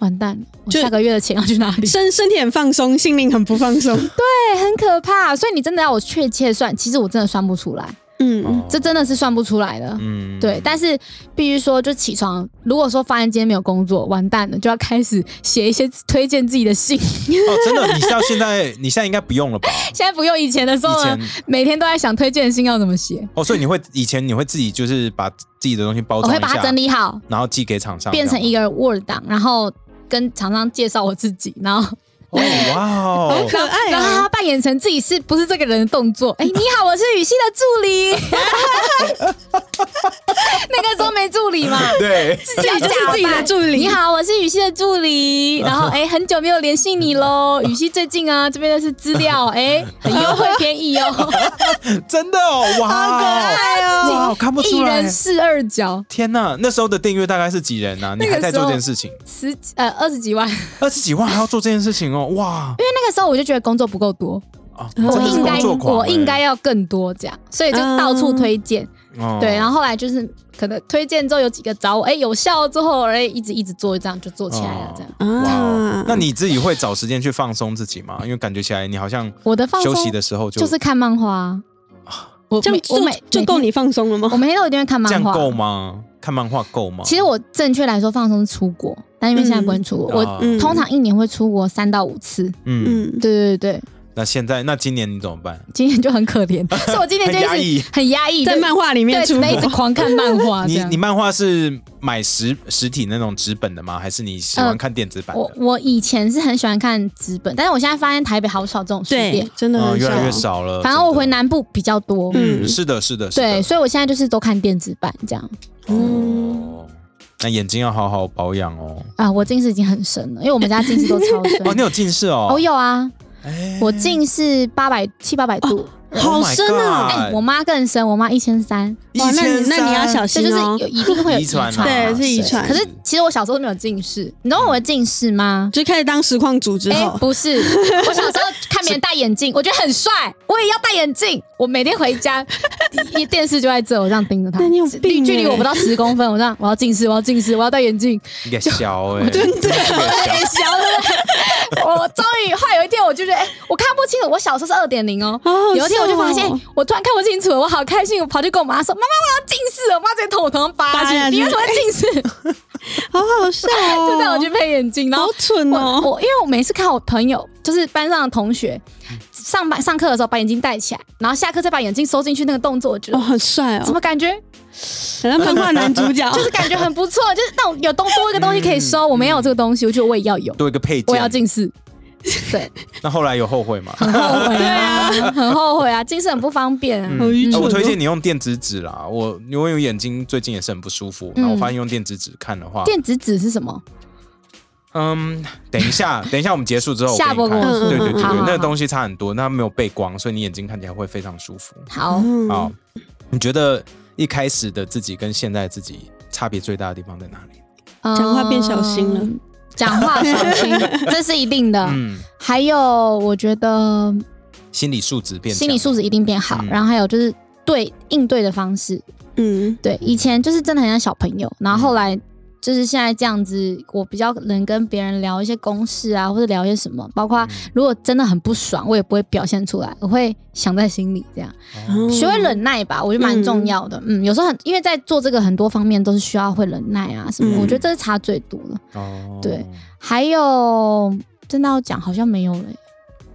D: 完蛋了，我
A: 就
D: 下个月的钱要去哪里？
A: 身身体很放松，心灵很不放松。
D: 对，哎很可怕。所以你真的要我确切算，其实我真的算不出来，
A: 嗯，
B: 哦
D: 这真的是算不出来的。
B: 嗯
D: 对，但是必须说，就起床，如果说发现今天没有工作，完蛋了，就要开始写一些推荐自己的信。
B: 哦，真的，你到现在，你现在应该不用了吧？
D: 现在 不啊用以前的时候
B: 以
D: 呢
B: 前，
D: 每天都在想推荐的信要怎么写，
B: 哦，所以你会以前你会自己就是把自己的东西包
D: 我
B: 装
D: 会
B: 一
D: 把它
B: 下，
D: 整理好，
B: 然后寄给厂商，
D: 变成一
B: 个
D: 个 Word 档，然后跟厂商介绍我自己，然后
B: 哦，哇
A: 好
B: 哦，
A: 可爱
D: 然后
A: 啊！
D: 他扮演成自己是不是这个人的动作？哎、你好，我是雨欣的助理。 那个时候没助理嘛，
B: 对，
D: 自己要
A: 就
D: 假
A: 是自己的
D: 扮
A: 助理
D: 你好，我是雨欣的助 理。然后哎、很久没有联系你 喽。雨欣最近啊，这边的是资 料，哎、很优惠便宜 哦。
B: 真的哦，哇，
A: 好可爱哦！
B: 哇，我看不
D: 一
B: 出来
D: 人。饰二角，
B: 天呐，那时候的订阅大概是几人呐、啊？你
D: 那个
B: 还在
D: 时
B: 做
D: 候
B: 这件事情，
D: 十几呃二十几万。因
B: 二十几万还要做这件事情哦，哇！
D: 为那个时候我就觉得工作不够多，
B: 啊，
A: 我
D: 我
B: 真的是
D: 应该
B: 工作狂
D: 我
B: 欸
D: 应该要更多这样，所以就到处
A: 嗯
D: 推荐。
B: 哦
D: 对，然后后来就是可能推荐之后有几个找我，哎，有效之后，哎，一直一直做，这样就做起来了。这样，
B: 哇哦、
A: 啊，
B: 那你自己会找时间去放松自己吗？因为感觉起来你好像
D: 我的放松
B: 休息的时候就
D: 就是看漫画啊。我
A: 这
D: 每
A: 样
D: 我
A: 就
D: 每
A: 就够，你放松了
D: 每天 我
A: 吗？
D: 每天都一定会看
B: 这
D: 漫
B: 样
D: 画。
B: 够吗？看漫画够吗？
D: 其实我正确来说放松是出国，但因为现在不能出国，
B: 啊
D: 我通常一年会出国三到五次。
B: 嗯，
A: 嗯，
D: 对对对，
B: 那现在那今年你怎么办？
D: 今年就很可 怜，所以我今年就
B: 很压
D: 一
B: 抑
D: 直很压抑，
A: 在
D: 就
A: 漫画里面
D: 对，
A: 出
D: 只能一直
A: 国，
D: 狂看漫画这
B: 你
D: 样
B: 你。漫画是买实实体那种纸本的吗？还是你喜欢
D: 呃
B: 看电子版的？
D: 我我以前是很喜欢看纸本，但是我现在发现台北好少这种书
A: 对
D: 店，，
A: 真的
B: 嗯，
A: 很
B: 越来越
A: 少。
B: 少了。
D: 反正我回
B: 真的，
D: 南部比较多。
A: 嗯
B: 嗯，是的，是的，是的
D: 对，所以我现在就是都看电子版这样
A: 嗯，
B: 哦，那眼睛要好好保养哦。
D: 啊。我近视已经很深了，因为我们家近视都超 深。
B: 哦，你有近视哦？
D: 我有啊，
B: 哎，哦 Oh
D: 我近视八百七八百度，
A: 好深啊！
D: 哎、我妈更深，我妈一千三，
A: 哇，那你那你要小
D: 这
A: 心
D: 就是
A: 哦
D: 有，一定会有
B: 遗传啊
A: 对，是遗
B: 对
A: 传
D: 可。是其实我小时候没有近视，你知道我的近视吗？
A: 就开始当实况嗯组之
D: 哎、
A: 后，
D: 不是，我小时候看别人戴眼镜，我觉得很帅，我也要戴眼镜。我每天回家， 一电视就在这，我这样盯着它。
A: 那你有病
D: 距离
A: 哎
D: 我不到十公分，我这样，我要近视，我要近视，我要戴眼镜。
B: 一个 小哎，
A: 真的
D: 太小了。 我终于，后来有一天，我就觉得，哎、我看不清楚。我小时候是二点零哦。
A: 好好
D: 有一天我就发现
A: 笑哦，
D: 我突然看不清楚了，我好开心，我跑去跟我妈说：“妈妈，我要近视了！”我妈直接从我头上拔
A: 拔
D: 下去
A: 下去
D: 你为什么会近视？
A: 好好笑 哦，
D: 就带我去配眼镜，然后
A: 好蠢
D: 我
A: 哦，
D: 我因为我每次看我朋友，就是班上的同学，上班上课的时候把眼镜戴起来，然后下课再把眼镜收进去那个动作，我觉
A: 哦，
D: 得
A: 很帅
D: 怎
A: 哦，
D: 么感觉
A: 很像漫画男主角，
D: 就是感觉很不
A: 嗯
D: 错，就是那种有东多一个东西可以收，我没有这个东西，我觉得我也要有，
B: 多一个配件，
D: 我要近视，对，
B: 那后来有后悔吗？
D: 很后悔啊，很后悔啊，精神很不方便啊。
A: 好愚
B: 呃
A: 蠢哦
B: 我推荐你用电子纸啦，我因为我眼睛最近也是很不舒服，那、我发现用电子纸看的话，
D: 嗯电子纸是什么？
B: 嗯，等一 下，等一下我们结束之后我
D: 下播
B: 给
D: 跟
B: 你
D: 我
B: 看，
D: 说。
B: 对对对对，
D: 好好好
B: 那个东西差很多，那没有背光，所以你眼睛看起来会非常舒服。
D: 好，
A: 嗯
B: 好，哦你觉得一开始的自己跟现在的自己差别最大的地方在哪里？
D: 嗯
A: 讲话变小心了，
D: 讲话小 心，这是一定的。
B: 嗯，
D: 还有，我觉得
B: 心理素质变强，
D: 心理素质一定变好，
B: 嗯
D: 然后还有就是对应对的方式，
A: 嗯，
D: 对，以前就是真的很像小朋友，
B: 嗯
D: 然后后来就是现在这样子，我比较能跟别人聊一些公事啊，或者聊一些什么，包
B: 嗯
D: 括如果真的很不爽，我也不会表现出来，我会想在心里这样，
B: 哦
D: 学会忍耐吧，我觉得蛮重要的。嗯有时候很，因为在做这个很多方面都是需要会忍耐啊什么，
A: 嗯
D: 我觉得这是差最多的。
B: 哦
D: 对，还有真的要讲，好像没有了欸、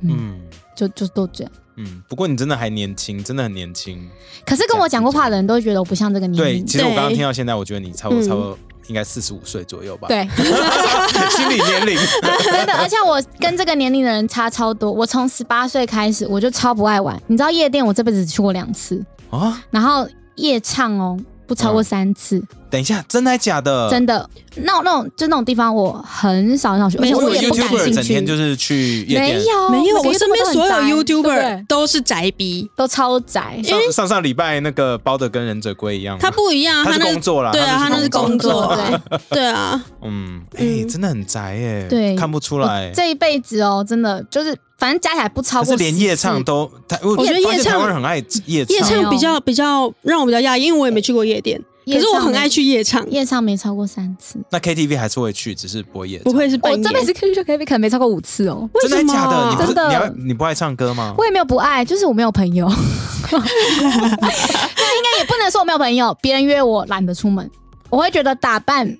B: 嗯
D: 就就都这样。
B: 嗯。不过你真的还年轻，真的很年轻。
D: 可是跟我讲过话的人都会觉得我不像这个年
B: 对，
D: 龄。
B: 其实我
A: 对
B: 刚刚听到现在，我觉得你差不多
A: 嗯
B: 差不多应该四十五岁左右吧。，
D: 对，
B: 心理年 龄。
D: 真的，而且我跟这个年龄的人差超多。我从十八岁开始，我就超不爱玩。你知道夜店，我这辈子只去过两次，
B: 啊，
D: 然后夜唱哦，不超过三次，
B: 等一下，真的还假的？
D: 真的。那种那种就那种地方，我很少很少去，而
A: 没
D: 且
A: 有
B: 我
D: 我
B: 以为
D: 也不感
B: YouTuber 整
D: 兴
B: 天就
D: 趣。
B: 是去夜
D: 没
B: 店。
D: 有
A: 哦没有，
D: 哦每个
A: 我
D: YouTuber
A: 身边
D: 都很
A: 所有
D: 宅对不
A: YouTuber
D: 对
A: 都是宅逼，
D: 都超宅，
B: 上上上礼拜那个包的跟忍者龟一样吗，
A: 他不一样，
B: 嗯他
A: 他
B: 是
A: 那
B: 工作啦，
A: 对啊，他那
B: 是
A: 是工作，
D: 对。
A: 对啊，
B: 嗯，哎，
A: 嗯
B: 真的很宅哎，
D: 对
B: 看不出来
D: 我。这一辈子哦，真的就是，反正加起来不超
B: 可
D: 过
B: 是
D: 10次。
B: 连夜唱都，台我
A: 觉得
B: 发现
A: 夜唱
B: 台湾人很爱夜
A: 夜
B: 唱，
A: 唱比较比较让我比较讶异，因为我也没去过夜店，
D: 夜
A: 可
D: 唱
A: 是我很爱去夜唱，
D: 夜唱没超过三次，
B: 那 KTV 还是会去，只是不会夜唱。
A: 不会是半
D: 我
A: 夜
D: 这辈子去 K T V 可能没超过五次哦。
A: 为
B: 真的
A: 什
B: 还
A: 么
B: 假的？你不是
D: 真的
B: 你要你不爱唱歌吗？
D: 我也没有不爱，就是我没有 朋友。那应该也不能说我没有朋友，别人约我懒得出门，我会觉得打扮。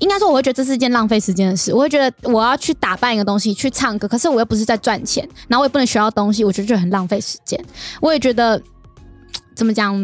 D: 应该说，我会觉得这是一件浪费时间的事。我会觉得我要去打扮一个东西，去唱歌，可是我又不是在赚钱，然后我也不能学到东西，我觉得就很浪费时间。我也觉得怎么讲，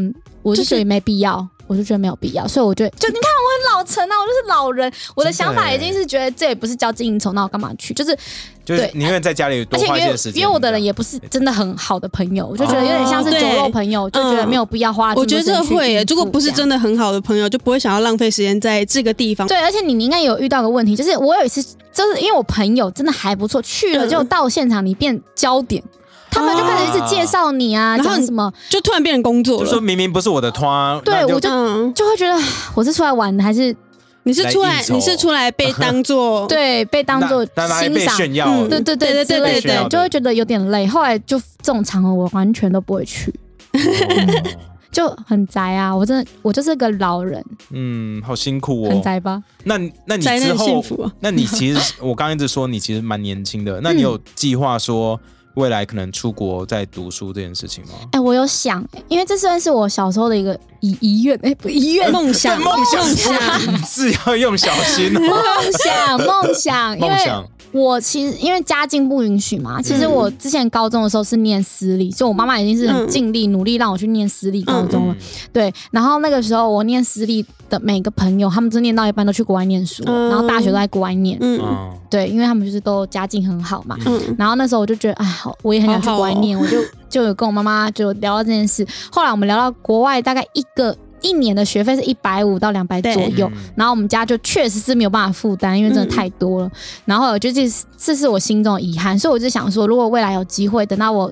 D: 我就
A: 就是
D: 觉得没必要，我就觉得没有必要，所以我觉得就你看我很老成啊，我就是老人，我
B: 真的
D: 的想法
B: 欸
D: 已经是觉得这也不是交际应酬，那我干嘛去？就是
B: 就是
D: 对
B: 宁愿在家里
D: 而
B: 多
D: 且
B: 花一
D: 约
B: 些时间。
D: 约我的人也不是真的很好的朋友，我就觉得有点像是
A: 哦
D: 酒肉朋友，就觉得没有必要花。
A: 我觉得这会耶，如果不是真
D: 的。
A: 的很好的朋友，就不会想要浪费时间在这个地方。
D: 对，而且你你应该有遇到个问题，就是我有一次，就是因为我朋友真的还不错，去了
A: 嗯
D: 就到现场你变焦点，他们就开始一直介绍你啊，
A: 然后
D: 讲什么，
A: 就突然变成工作
B: 就说
A: 了。
B: 明明不是我的团，
D: 对
B: 那
D: 我就
A: 嗯，
D: 就会觉得啊我是出来玩的，还是
A: 你是出
B: 来
A: 来，
B: 应酬
A: 你是出来 被当做
D: 对被当做
B: 那那
D: 欣
B: 被
D: 赏？
B: 炫耀
A: 嗯
B: 了，
D: 对对
A: 对
D: 对
A: 对
D: 之
A: 对
D: 类
B: 被炫耀的
D: 的，就会觉得有点累。后来就这种场合我完全都不会去，
B: 哦
D: 就很宅啊！我真的我就是个老人，
B: 嗯，好辛苦
D: 很
B: 哦。
D: 宅吧？
B: 那那你
A: 宅
B: 之
A: 男幸
B: 后，
A: 福啊。
B: 那你其实我刚刚一直说你其实蛮年轻的，那你有计划说未来可能出国再读书这件事情吗？
D: 哎、我有想、欸，因为这算是我小时候的一个遗遗愿，哎、不遗愿，
A: 梦想，
B: 对梦想
A: 梦想，
B: 字要用小心哦。
D: 梦想，梦想，因
B: 梦
D: 为
B: 想，
D: 我其实因为家境不允许嘛，其实
A: 嗯
D: 我之前高中的时候是念私立，所以我妈妈已经是很
A: 嗯
D: 尽力努力让我去念私立高中了。
B: 嗯
D: 对，然后那个时候我念私立的每个朋友，他们真念到一半都去国外念书了，
A: 嗯
D: 然后大学都在国外念。
A: 嗯
B: 嗯，
D: 对，因为他们就是都家境很好嘛，
A: 嗯，
D: 然后那时候我就觉得，哎，好我也很
B: 哦
D: 想去国外 念，我就就有跟我妈妈就聊到这件事。后来我们聊到国外大概一个一年的学费是一百五到两百左右
B: 对嗯，
D: 然后我们家就确实是没有办法负担，因为真的太多了。然后我就这这是我心中的遗憾，所以我就想说，如果未来有机会，等到我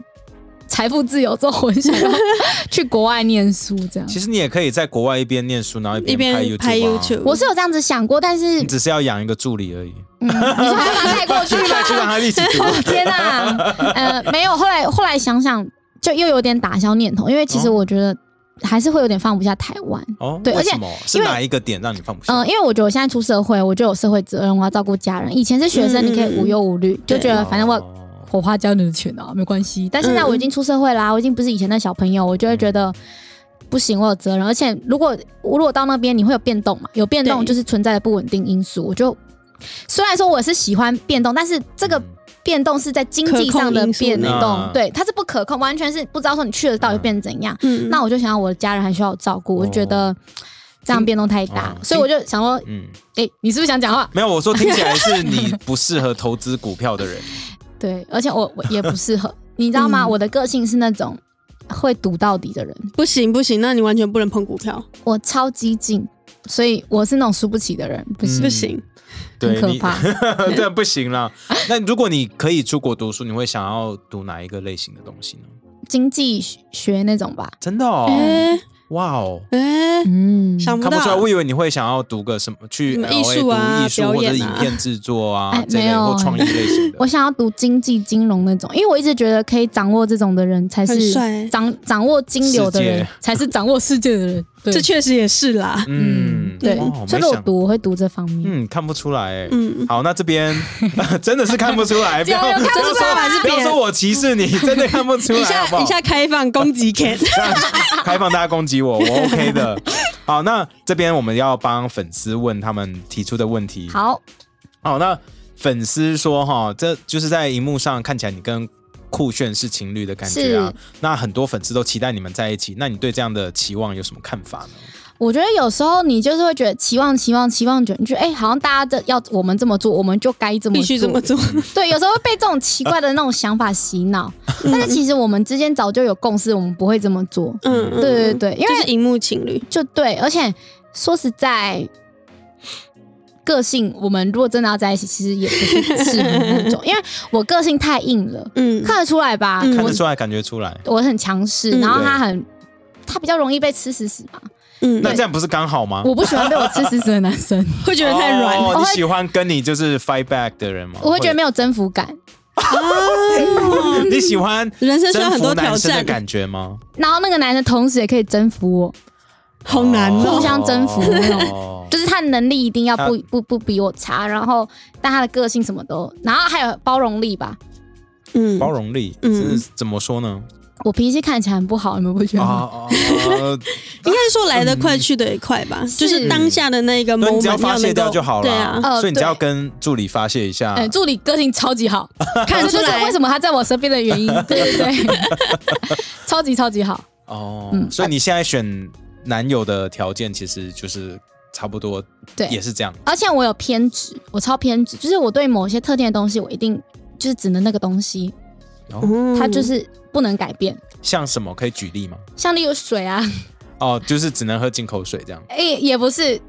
D: 财富自由之后，我就想 要去国外念书这样。
B: 其实你也可以在国外一边念书，然后
A: 一
B: 一边
A: 边拍
B: YouTube 啊。
A: YouTube，
D: 我是有这样子想过，但是嗯
B: 你只是要养一个助理而 已，
D: 嗯，你说还要把它带过去吗？
B: 再去让他一起读。
D: 哦天 哪、呃，没有，后来后来想想，就又有点打消念头，因为其实
B: 哦
D: 我觉得还是会有点放不下台湾。
B: 哦，
D: 对
B: 为
D: 而且
B: 什么是
D: 因为
B: 哪一个点让你放不下？
D: 嗯、因为我觉得我现在出社会，我就有社会责任，我要照顾家人。以前是学生，
A: 嗯
D: 你可以无忧无虑，就
A: 对
D: 觉得呃反正我
B: 哦
D: 火花家人的钱啊，没关系。但现在我已经出社会啦、我已经不是以前的小朋友，我就会觉
A: 嗯
D: 得。不行，我有责任。而且如果如果到那边，你会有变动嘛？有变动
A: 对
D: 就是存在的不稳定因素。我就虽然说我是喜欢变动，但是这个变动是在经济上的变
B: 可控因素
D: 动
B: 呢，
D: 对，它是不可控，完全是不知道说你去了到底变怎样。
A: 嗯，
D: 那我就想要我的家人还需要我照顾，我就觉得这样变动太大，
B: 哦嗯
D: 所以我就想说，
B: 嗯，
D: 哎、你是不是想讲话？
B: 没有，我说听起来是你不适合投资股票的人，
D: 对，而且我我也不适 合，你知道吗？
A: 嗯
D: 我的个性是那种会赌到底的人，
A: 不行不行，那你完全不能碰股票，
D: 我超激进，所以我是那种输不起的人， 不是、
B: 嗯
A: 不行。
B: 对，
D: 很可
B: 你
D: 怕
B: 这不行啦。那如果你可以出国读书，你会想要读哪一个类型的东西呢？
D: 经济学那种吧。
B: 真的哦，
A: 哎
B: 哇哦，
A: 哎，
D: 嗯，
A: 想
B: 看不
A: 到
B: 出来，我以为你会想要读个什么，去
A: 什么
B: LA
A: 艺术啊
B: 读艺术
A: 表
B: 或者
A: 演啊
B: 影片制作啊
D: 哎
B: 这类
D: 没有
B: 或创意类型的
D: 我。想要读经济金融那种，因为我一直觉得可以掌握这种的人才
A: 很
D: 是
A: 帅欸
D: 掌掌握金流的
B: 世
D: 人
B: 界，
D: 才是掌握世界的人。对
A: 这确实也是 啦。
B: 嗯，
D: 对
B: 哇，
D: 所以
B: 没
D: 我
B: 想
D: 读我会读这方面。
B: 嗯，看不出来哎。
A: 嗯，
B: 好，那这边 真的是看不出来，不要
D: 加油
B: 不
D: 看不
B: 要
D: 出来还
B: 说
D: 是
B: 不
A: 别
B: 要
A: 人
B: 说我歧视 你，真的看不出
A: 一
B: 来，好不
A: 下
B: 好
A: 一？下开放攻击 Ken，
B: 开放大家攻击我，我 OK 的。 好，那这边我们要帮粉丝问他们提出的问题。
D: 好，
B: 好，那粉丝说哈，这就是在荧幕上看起来你跟酷炫是情侣的感觉啊。那很多粉丝都期待你们在一起，那你对这样的期望有什么看法呢？
D: 我觉得有时候你就是会觉得期望、期望、期望久，你觉得哎、好像大家这要我们这么做，我们就该这么
A: 必
D: 做，
A: 须这么做。
D: 对，有时候会被这种奇怪的那种想法洗 脑，但是其实我们之间早就有共识，我们不会这么做。
A: 嗯，嗯
D: 对对，对，因为
A: 就是荧幕情侣，
D: 就对，而且说实在，个性我们如果真的要在一起，其实也不是适合那种，因为我个性太硬了，
A: 嗯，
D: 看得出来吧？
A: 嗯
B: 看
D: 我
B: 得出来，感觉出来。
D: 我很强势，
A: 嗯
D: 然后他很，他比较容易被吃死死吧。
A: 嗯
B: 那这样不是刚好吗？
D: 我不喜欢被我吃死死的男 生，
A: 会觉得太软
B: 哦
A: 了
B: 你
D: 会
B: 喜欢跟你就是 fight back 的人吗？
D: 我会觉得没有征服感，
A: 啊。
B: 你喜欢
A: 人生需要
B: 征
A: 很
B: 服
A: 多
B: 男
A: 挑
B: 生的
A: 战，
B: 感觉吗？
D: 然后那个男生同时也可以征服我，
A: 好难
B: 哦
A: 哦
D: 互。相征服那种
B: 哦
D: 就是他的能力一定要不
B: 他
D: 不不比我差，然后但他的个性什么都，然后还有包容力吧。
A: 嗯
B: 包容力，
A: 嗯
B: 嗯，怎么说呢？
D: 我脾气看起来很不好，你们不觉得吗？
B: 啊， 呃
A: 应该说来得快去得也快吧，就是当下的那一个
B: 嗯那你
A: moment
B: 只要发泄掉就好
A: 要能
B: 了
A: 够，
D: 呃
B: 所以你只要
D: 对
B: 跟助理发泄一下
D: 哎、。助理个性超级 好，
A: 对啊，看
D: 这
A: 出
D: 就是
A: 来
D: 为什么他在我身边 的原因。对对对， 超级超级好。
B: 哦，
D: 嗯
B: 所以你现在选男友的条件其实就是差不多，也
D: 对，
B: 是这样。
D: 而且我有偏执，我超偏执，就是我对某些特定的东西，我一定就是只能那个东西，
A: 嗯
D: 它就是不能改变。
B: 像什么可以举例吗？
D: 像例如 水啊，
B: 哦，就是只能喝进口水这样。
D: 哎、也 不是，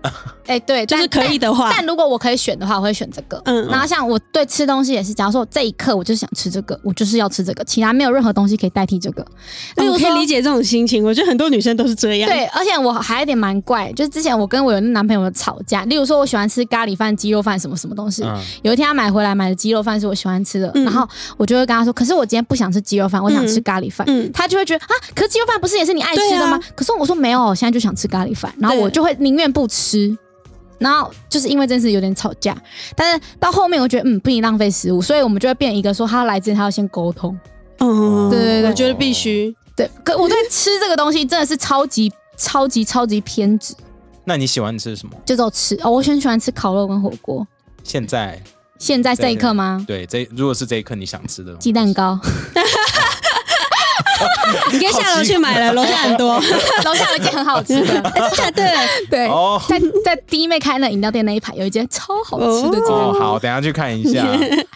D: 哎、对，
A: 就是
D: 但
A: 可以的话，
D: 但如果我可以选的话，我会选这个。
A: 嗯
D: 然后像我对吃东西也是，假如说我这一刻我就想吃这个，我就是要吃这个，其他没有任何东西可以代替这个。例
A: 我
D: 如
A: 哦可
D: 说，
A: 以理解这种心情，我觉得很多女生都是这样。
D: 对，而且我还有一点蛮怪，就是之前我跟我有男朋友吵架，例如说我喜欢吃咖喱饭、鸡肉饭什么什么东西，
B: 嗯，
D: 有一天他买回来买的鸡肉饭是我喜欢吃的，
A: 嗯
D: 然后我就会跟他说，可是我今天不想吃鸡肉饭，我想吃咖喱饭。
A: 嗯
D: 他就会觉得啊，可是鸡肉饭不是也是你爱吃的吗？
A: 对啊
D: 可是我说没有，我现在就想吃咖喱饭，然后
A: 对
D: 我就会宁愿不吃。然后就是因为这件事有点吵架，但是到后面我觉得嗯不行浪费食物，所以我们就会变一个说他来之前他要先沟通。
A: 嗯，
D: 对对对
A: 我觉得必须。
D: 对，可我对吃这个东西真的是超级超级超级偏执，
B: 那你喜欢吃什么？
D: 就只有吃哦，我很喜欢吃烤肉跟火锅。
B: 现在
D: 现在这一刻吗？
B: 对，这如果是这一刻你想吃的，
D: 鸡蛋糕，
A: 你可以下楼去买了，楼下很多。
D: 楼下有一间很好吃 的，
A: 假的？
D: 对，
B: 哦
D: 在在弟妹开那饮料店那一排有一间超好吃的鸡蛋
B: 哦，
D: 糕，
B: 好，等一下去看 一下。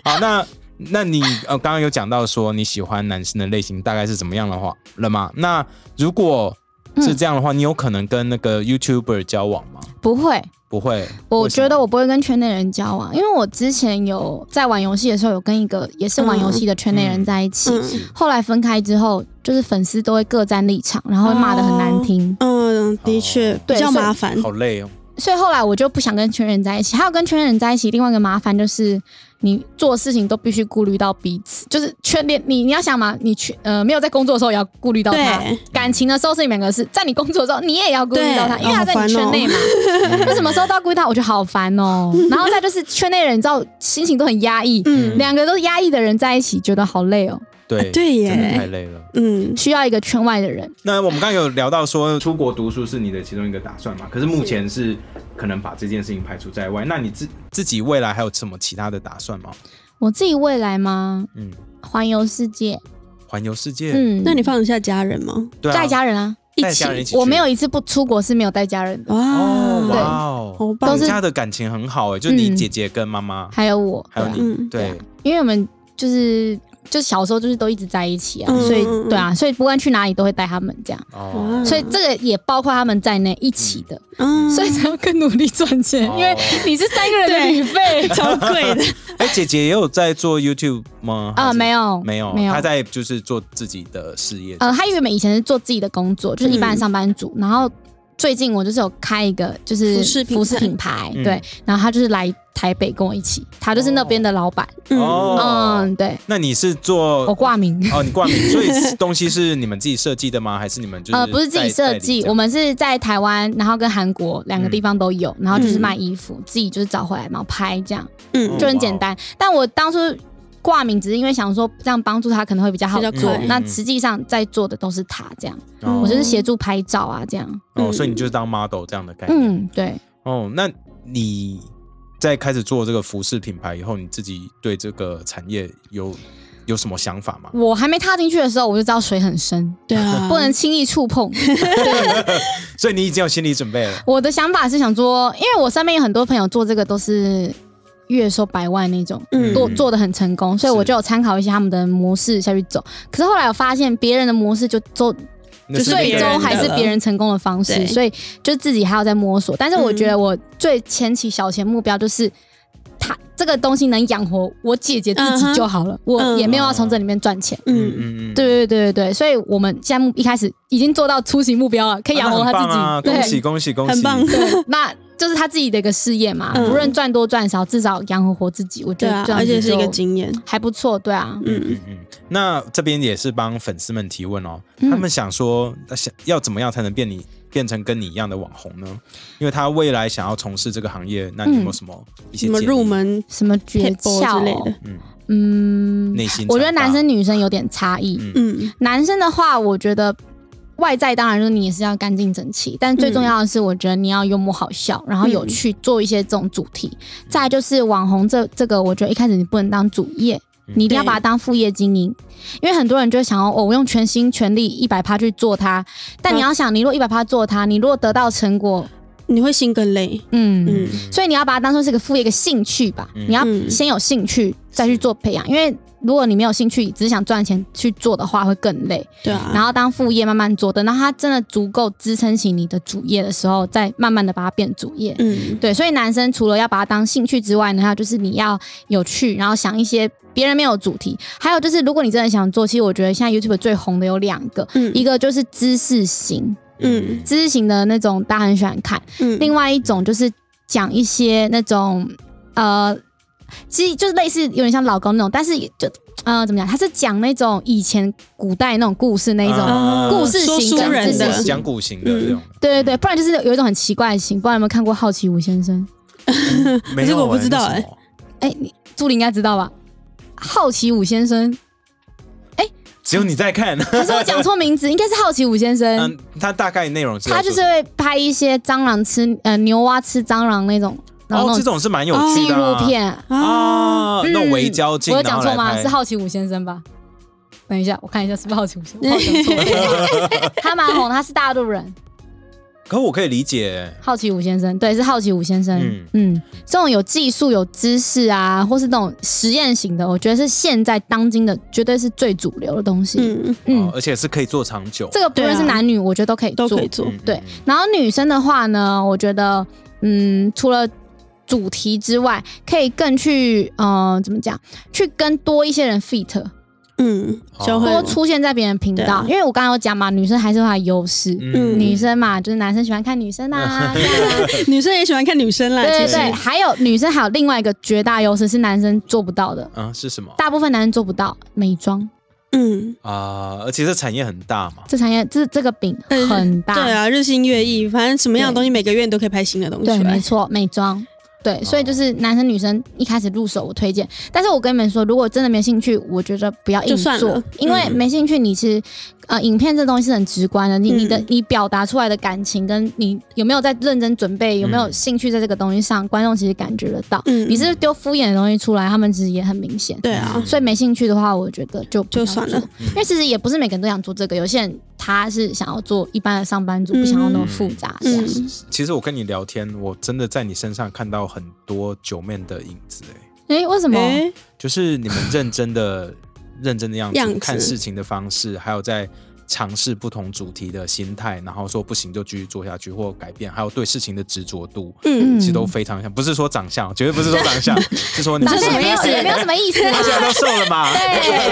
B: 好，那那你呃，刚刚有讲到说你喜欢男生的类型大概是怎么样的话了嘛？那如果是这样的话，你有可能跟那个 YouTuber 交往吗？
D: 不会。
B: 不会，
D: 我
B: 为什么
D: 觉得我不会跟圈内人交往，因为我之前有在玩游戏的时候，有跟一个也是玩游戏的圈内人在一起，
A: 嗯
D: 后来分开之后，就是粉丝都会各站立场，然后会骂的很难听，
A: 嗯，的确
B: 哦
A: 比
D: 对
A: 较麻烦。
B: 好累哦。
D: 所以后来我就不想跟圈内人在一起。还有跟圈内人在一起，另外一个麻烦就是你做事情都必须顾虑到彼此，就是圈内你你要想嘛，你去呃没有在工作的时候也要顾虑到他，
A: 对，
D: 感情的时候是你们两个是在你工作的时候，你也要顾虑到他，
A: 对
D: 因为他在
A: 好烦
D: 你
A: 哦
D: 圈内嘛。 为什么时候都要顾虑 到？我觉得好烦哦。然后再就是圈内人，你知道心情都很压抑，
A: 嗯，
D: 两个都是压抑的人在一起，觉得好累哦，
B: 对
A: 对耶
B: 真的太累了。
A: 嗯，
D: 需要一个圈外的人。
B: 那我们刚刚有聊到说出国读书是你的其中一个打算嘛？可是目前是可能把这件事情排除在外。那你自自己未来还有什么其他的打算吗？
D: 我自己未来吗？
B: 嗯，
D: 环游世界，
B: 环游世界，
D: 嗯，
A: 那你放得下家人吗？
B: 对啊，
D: 带家人啊？
A: 一
B: 带
A: 起
B: 家人一起去，
D: 我没有一次不出国是没有带家人的，
B: 哦，哇
A: 哇，
B: 哦，
A: 好棒
D: 都
B: 你
D: 是
B: 家的感情很好哎、就是你
D: 嗯
B: 姐姐跟妈妈、
D: 还有我，
B: 还有
D: 对啊
B: 你，
A: 嗯
B: 对，
D: 因为我们就是就小时候就是都一直在一起啊，
A: 嗯
D: 所以
A: 嗯嗯
D: 对啊，所以不管去哪里都会带他们这样，
B: 哦，
D: 所以这个也包括他们在内一起的，
A: 嗯，哦
D: 所以才要更努力赚钱，
B: 哦
D: 因为你是三个人的
A: 对
D: 旅费
A: 超贵 的，
B: 哎，姐姐也有在做 YouTube 吗？
D: 啊，没
B: 有，
D: 有
B: 没有，
D: 没有
B: 她，在就是做自己的事业。
D: 呃，他原本以前是做自己的工作，就是一般的上班族，然后最近我就是有开一个就
A: 服
D: 是
A: 饰品牌
D: 服饰品牌，
B: 嗯
D: 对，然后他就是来台北跟我一起，他就是那边的老板，
A: 嗯，
B: 哦，
D: 嗯，对
B: 那你是
D: 我
B: 做
D: 挂名。
B: 哦，你挂名，所以是东西是你们自己设计的吗？还是你们就是
D: 呃，不是自己
B: 代
D: 设计，我们是在台湾，然后跟韩国两个地方都有，然后就是
A: 嗯
D: 卖衣服，自己就是找回来，然后拍这样，
B: 哦
A: 嗯
D: 就很简单。但我当初挂名只是因为想说这样帮助他可能会比较好
A: 比较
D: 做
A: 快，
D: 那
B: 嗯嗯嗯
D: 实际上在做的都是他这样，
B: 代理哦
D: 我就是协助拍照啊这样。
B: 哦，所以你就是当 model 这样的概念。
D: 嗯，对。
B: 哦，那你在开始做这个服饰品牌以后，你自己对这个产业有有什么想法吗？
D: 我还没踏进去的时候，我就知道水很深，
A: 对啊，
D: 不能轻易触碰。
B: 所以你已经有心理准备了。
D: 我的想法是想说，因为我身边有很多朋友做这个都是月收百万那种，
A: 嗯
D: 做做的很成功，所以
B: 是
D: 我就有参考一些他们的模式下去走。可是后来我发现别人的模式就做，
B: 那是
A: 别
D: 最
B: 别
A: 人
D: 终
A: 的
D: 还是别人成功的方式，
A: 对
D: 所以就自己还要在摸索。但是我
A: 嗯
D: 觉得我最前期小前目标就是。他这个东西能养活我姐姐自
A: 嗯
D: 己
A: 哼
D: 就好了我
A: 嗯
D: 也没有要从这里面赚钱。
B: 嗯
A: 嗯，
B: 嗯嗯，
D: 对对对对对，所以我们现在目一开始已经做到出席目标了，可以养
B: 啊
D: 活
B: 那
D: 他
B: 很
D: 自己。
B: 棒啊！
D: 对
B: 恭喜恭喜恭喜！
A: 很棒，
D: 对，那就是他自己的一个事业嘛，
A: 嗯
D: 不论赚多赚少，至少养活活自己。我觉
A: 对
D: 得
A: 啊
D: 这，样
A: 而且
D: 子
A: 是一个
D: 就
A: 经验，
D: 还不错，对啊。
A: 嗯
B: 嗯嗯。那这边也是帮粉丝们提问哦，他
D: 嗯
B: 们想说，那想要怎么样才能变你变成跟你一样的网红呢？因为他未来想要从事这个行业，那你有没有
D: 嗯
B: 什么一些
A: 什么
B: 建议
A: 入门
D: 什么诀
A: table
D: 窍哦
A: 之类的，
D: 嗯，
B: 内心？
D: 我觉得男生，女生有点差异。
B: 嗯
A: 嗯
D: 男生的话，我觉得外在当然就是你也是要干净整齐，但最重
A: 嗯
D: 要的是，我觉得你要幽默好笑，然后有趣，做一些这种主题。再来就是网红这这个，我觉得一开始你不能当主业。
B: 嗯
D: 你一定要把它当副业经营，因为很多人就想要哦，我用全心全力一百趴去做它。
A: 啊
D: 但你要想，你如果一百趴做它，你如果得到成果，
A: 你会心更累，
D: 嗯，
A: 嗯
D: 所以你要把它当做是个副业，一个兴趣吧。
B: 嗯
D: 你要
A: 嗯
D: 先有兴趣，再去做培养。因为如果你没有兴趣，只是想赚钱去做的话，会更累。
A: 对啊，
D: 然后当副业慢慢做，等到它真的足够支撑起你的主业的时候，再慢慢的把它变主业。
A: 嗯
D: 对，所以男生除了要把它当兴趣之外呢，还有就是你要有趣，然后想一些别人没有的主题。还有就是，如果你真的想做，其实我觉得现在 YouTube 最红的有两个，
A: 嗯
D: 一个就是知识型，
A: 嗯
D: 知识型的那种大家很喜欢看；
A: 嗯，
D: 另外一种就是讲一些那种呃，其实就是类似有点像老公那种，但是也就呃怎么讲，他是讲那种以前古代那种故事那一种。
B: 啊
D: 故事
A: 说
D: 型
A: 书
D: 讲
A: 人
D: 知识
A: 的
D: 型
B: 讲古型的这种，
D: 对对对，不然就是有一种很奇怪的型，不然有没有看过《好奇五先生》？
B: 没
D: 嗯
A: 可是
B: 有
A: 我不
B: 欸
A: 知道
B: 那
A: 欸
B: 什么
D: 哎、你助理应该知道吧？好奇五先生，
B: 只有你在看。
D: 可是我讲错名字， 应该是好奇五先生。
B: 嗯，他大概内容是在
D: 他就是
B: 说
D: 会拍一些蟑螂吃呃牛蛙吃蟑螂那种，然后
B: 哦，
D: 那
B: 这
D: 种
B: 种是蛮有趣
D: 纪
B: 的啊
D: 录片。
A: 啊，
B: 啊，
D: 嗯
B: 那种微胶镜，
D: 我有
B: 然
D: 讲
B: 后
D: 错
B: 来
D: 吗？
B: 拍
D: 是好奇五先生吧？等一下，我看一下是不是好奇五 先生。我好像讲错了 他蛮红，他是大陆人，
B: 可我可以理解，
D: 好奇五先生，对，是好奇五先生。
B: 嗯
D: 嗯这种有技术、有知识啊，或是那种实验型的，我觉得是现在当今的绝对是最主流的东西。
A: 嗯，啊
B: 嗯
D: 嗯，
B: 而且是可以做长久。
D: 这个不论是男女，我觉得都可以
A: 都
D: 做。
A: 可以做，
B: 嗯
D: 对，然后女生的话呢，我觉得，嗯，除了主题之外，可以更去，呃，怎么讲，去跟多一些人 fit，
A: 嗯，就会
D: 多出现在别人频
A: 对
D: 道
A: 啊，
D: 因为我刚刚有讲嘛，女生还是有她的优势。
A: 嗯
D: 女生嘛，就是男生喜欢看女生啊，这样啊
A: 女生也喜欢看女生啦，
D: 对对
A: 其实
D: 对，还有女生还有另外一个绝大优势是男生做不到的，
B: 啊是什么
D: 大部分男生做不到美妆
A: 嗯，
B: 啊？而且这产业很大嘛，
D: 这产业，这这个饼
A: 嗯
D: 很大，
A: 对啊，日新月异，反正什么样的
D: 对
A: 东西，每个月你都可以拍新的东西啊
D: 对，
A: 出来哦
D: 没，错，美妆。对，所以就是男生女生一开始入手，我推荐。但是我跟你们说，如果真的没兴趣，我觉得不要硬
A: 就算
D: 做
A: 了，嗯
D: 因为没兴趣，你是呃，影片这东西是很直观的，你你的
A: 嗯
D: 你表达出来的感情，跟你有没有在认真准备，有没有
B: 嗯
D: 兴趣在这个东西上，观众其实感觉得到。
A: 嗯
D: 你是不是丢敷衍的东西出来，他们其实也很明显。
A: 对啊，
D: 所以没兴趣的话，我觉得就不
A: 就
D: 要
A: 算
D: 做
A: 了，嗯
D: 因为其实也不是每个人都想做这个，有些人他是想要做一般的上班族，不想要
B: 嗯
D: 那么复杂。这样
A: 嗯
B: 其实我跟你聊天，我真的在你身上看到很多九面的影子，哎，
D: 哎，为什么？
A: 哎、
B: 就是你们认 真的、认真的样子，
A: 样子
B: 看事情的方式，还有在尝试不同主题的心态，然后说不行就继续做下去或改变，还有对事情的执着度，
A: 嗯，
B: 其实都非常像。不是说长相，绝对不是说长 相，是说你
D: 长
A: 这
D: 相
A: 什么
D: 也没
A: 意
D: 有
A: 思
D: 也没有什么意思
B: 他现在
D: 啊。
B: 都瘦了 嘛，
D: 对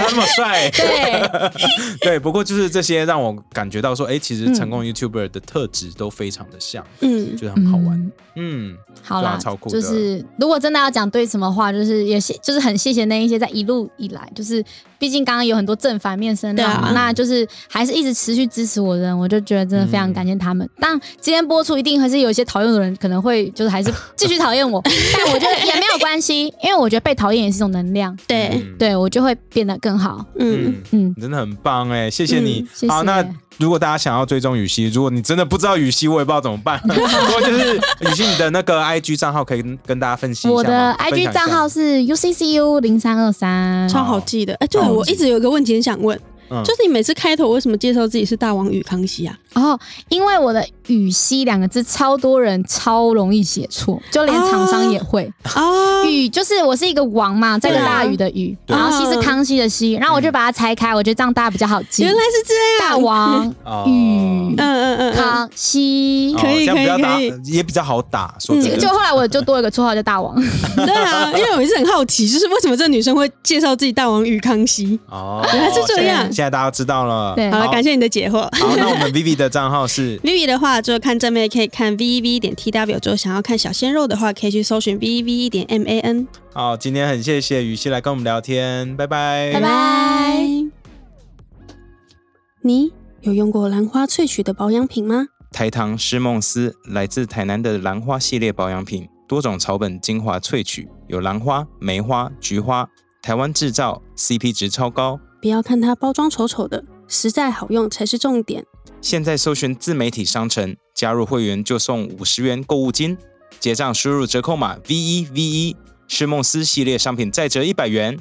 B: 他那么帅，
D: 对，
B: 对。不过就是这些让我感觉到说，哎，其实成功 YouTuber 的特质都非常的像，
A: 嗯，
B: 觉得很好玩
D: 嗯。
B: 嗯，
D: 好
B: 对
D: 啦
B: 啊超，酷的
D: 就是嗯 如果真的要讲对什么话，就是也谢，就是很谢谢那一些在一路以来，就是毕竟刚刚有很多正反面声浪
A: 对
D: 嘛，
A: 啊
D: 那就是还是一直持续支持我的人，我就觉得真的非常感谢他们。但今天播出一定还是有一些讨厌的人，可能会就是还是继续讨 厌我，但我觉得也没有关系，因为我觉得被讨厌也是一种能量，
A: 对，
B: 嗯，
D: 对我就会变得更好。
A: 嗯，
B: 嗯。
D: 嗯，
B: 你真的很棒哎、谢谢你
A: 嗯。
D: 谢谢
B: 好，那如果大家想要追踪雨熙，如果你真的不知道雨熙，我也不知道怎么 办。不过就是雨熙，你的那个 IG 账号可以跟跟大家分析一下吗
D: 我的
B: 分享
D: IG
B: 一下
D: 账号是 UCCU 零三二三。
A: 超好记的。哎、对
B: 超好
A: 我
B: 记
A: 一直有一个问题很想问，
B: 嗯
A: 就是你每次开头为什么介绍自己是大王与康熙 啊？
D: 哦，因为我的“羽西”两个字，超多人超容易写错，就连厂商也会。
A: 啊，
D: 羽、就是我是一个王嘛，这个
B: 对
D: 大禹的禹，
B: 对
D: 然后西是康熙的西，然后我就把它拆开，我觉得这样大家比较好记。
A: 原来是这样
D: 大。王
B: 哦
D: 羽
A: 嗯嗯嗯嗯，
D: 康熙
B: 哦，
A: 可以
B: 这样比较打
A: 可以可
B: 也比较好打。说
A: 嗯
B: 真的，
D: 就后来我就多一个绰号叫大王。
A: 对啊，因为我一直很好奇，就是为什么这女生会介绍自己大王与康熙？
B: 哦，
A: 原来是这样
B: 现在大家知道了。
D: 对
A: 好了，
B: 好
A: 感谢你的解惑。
B: 好，那我们 Vivi 的账号是
A: Vivi 的话，就看正面可以看 V V 点 T W，就想要看小鲜肉的话，可以去搜寻 V V 点 M A N。
B: 好，今天很谢谢雨熙来跟我们聊天，拜拜，
D: 拜拜
A: 你有用过兰花萃取的保养品吗？
B: 台糖诗梦思来自台南的兰花系列保养品，多种草本精华萃取，有兰花、梅花、菊花，台湾制造，CP 值超高。
A: 不要看它包装丑丑的，实在好用才是重点。
B: 现在搜寻自媒体商城，加入会员就送五十元购物金，E 结账输入折扣码 V 一 V 一，诗梦思系列商品再折一百元。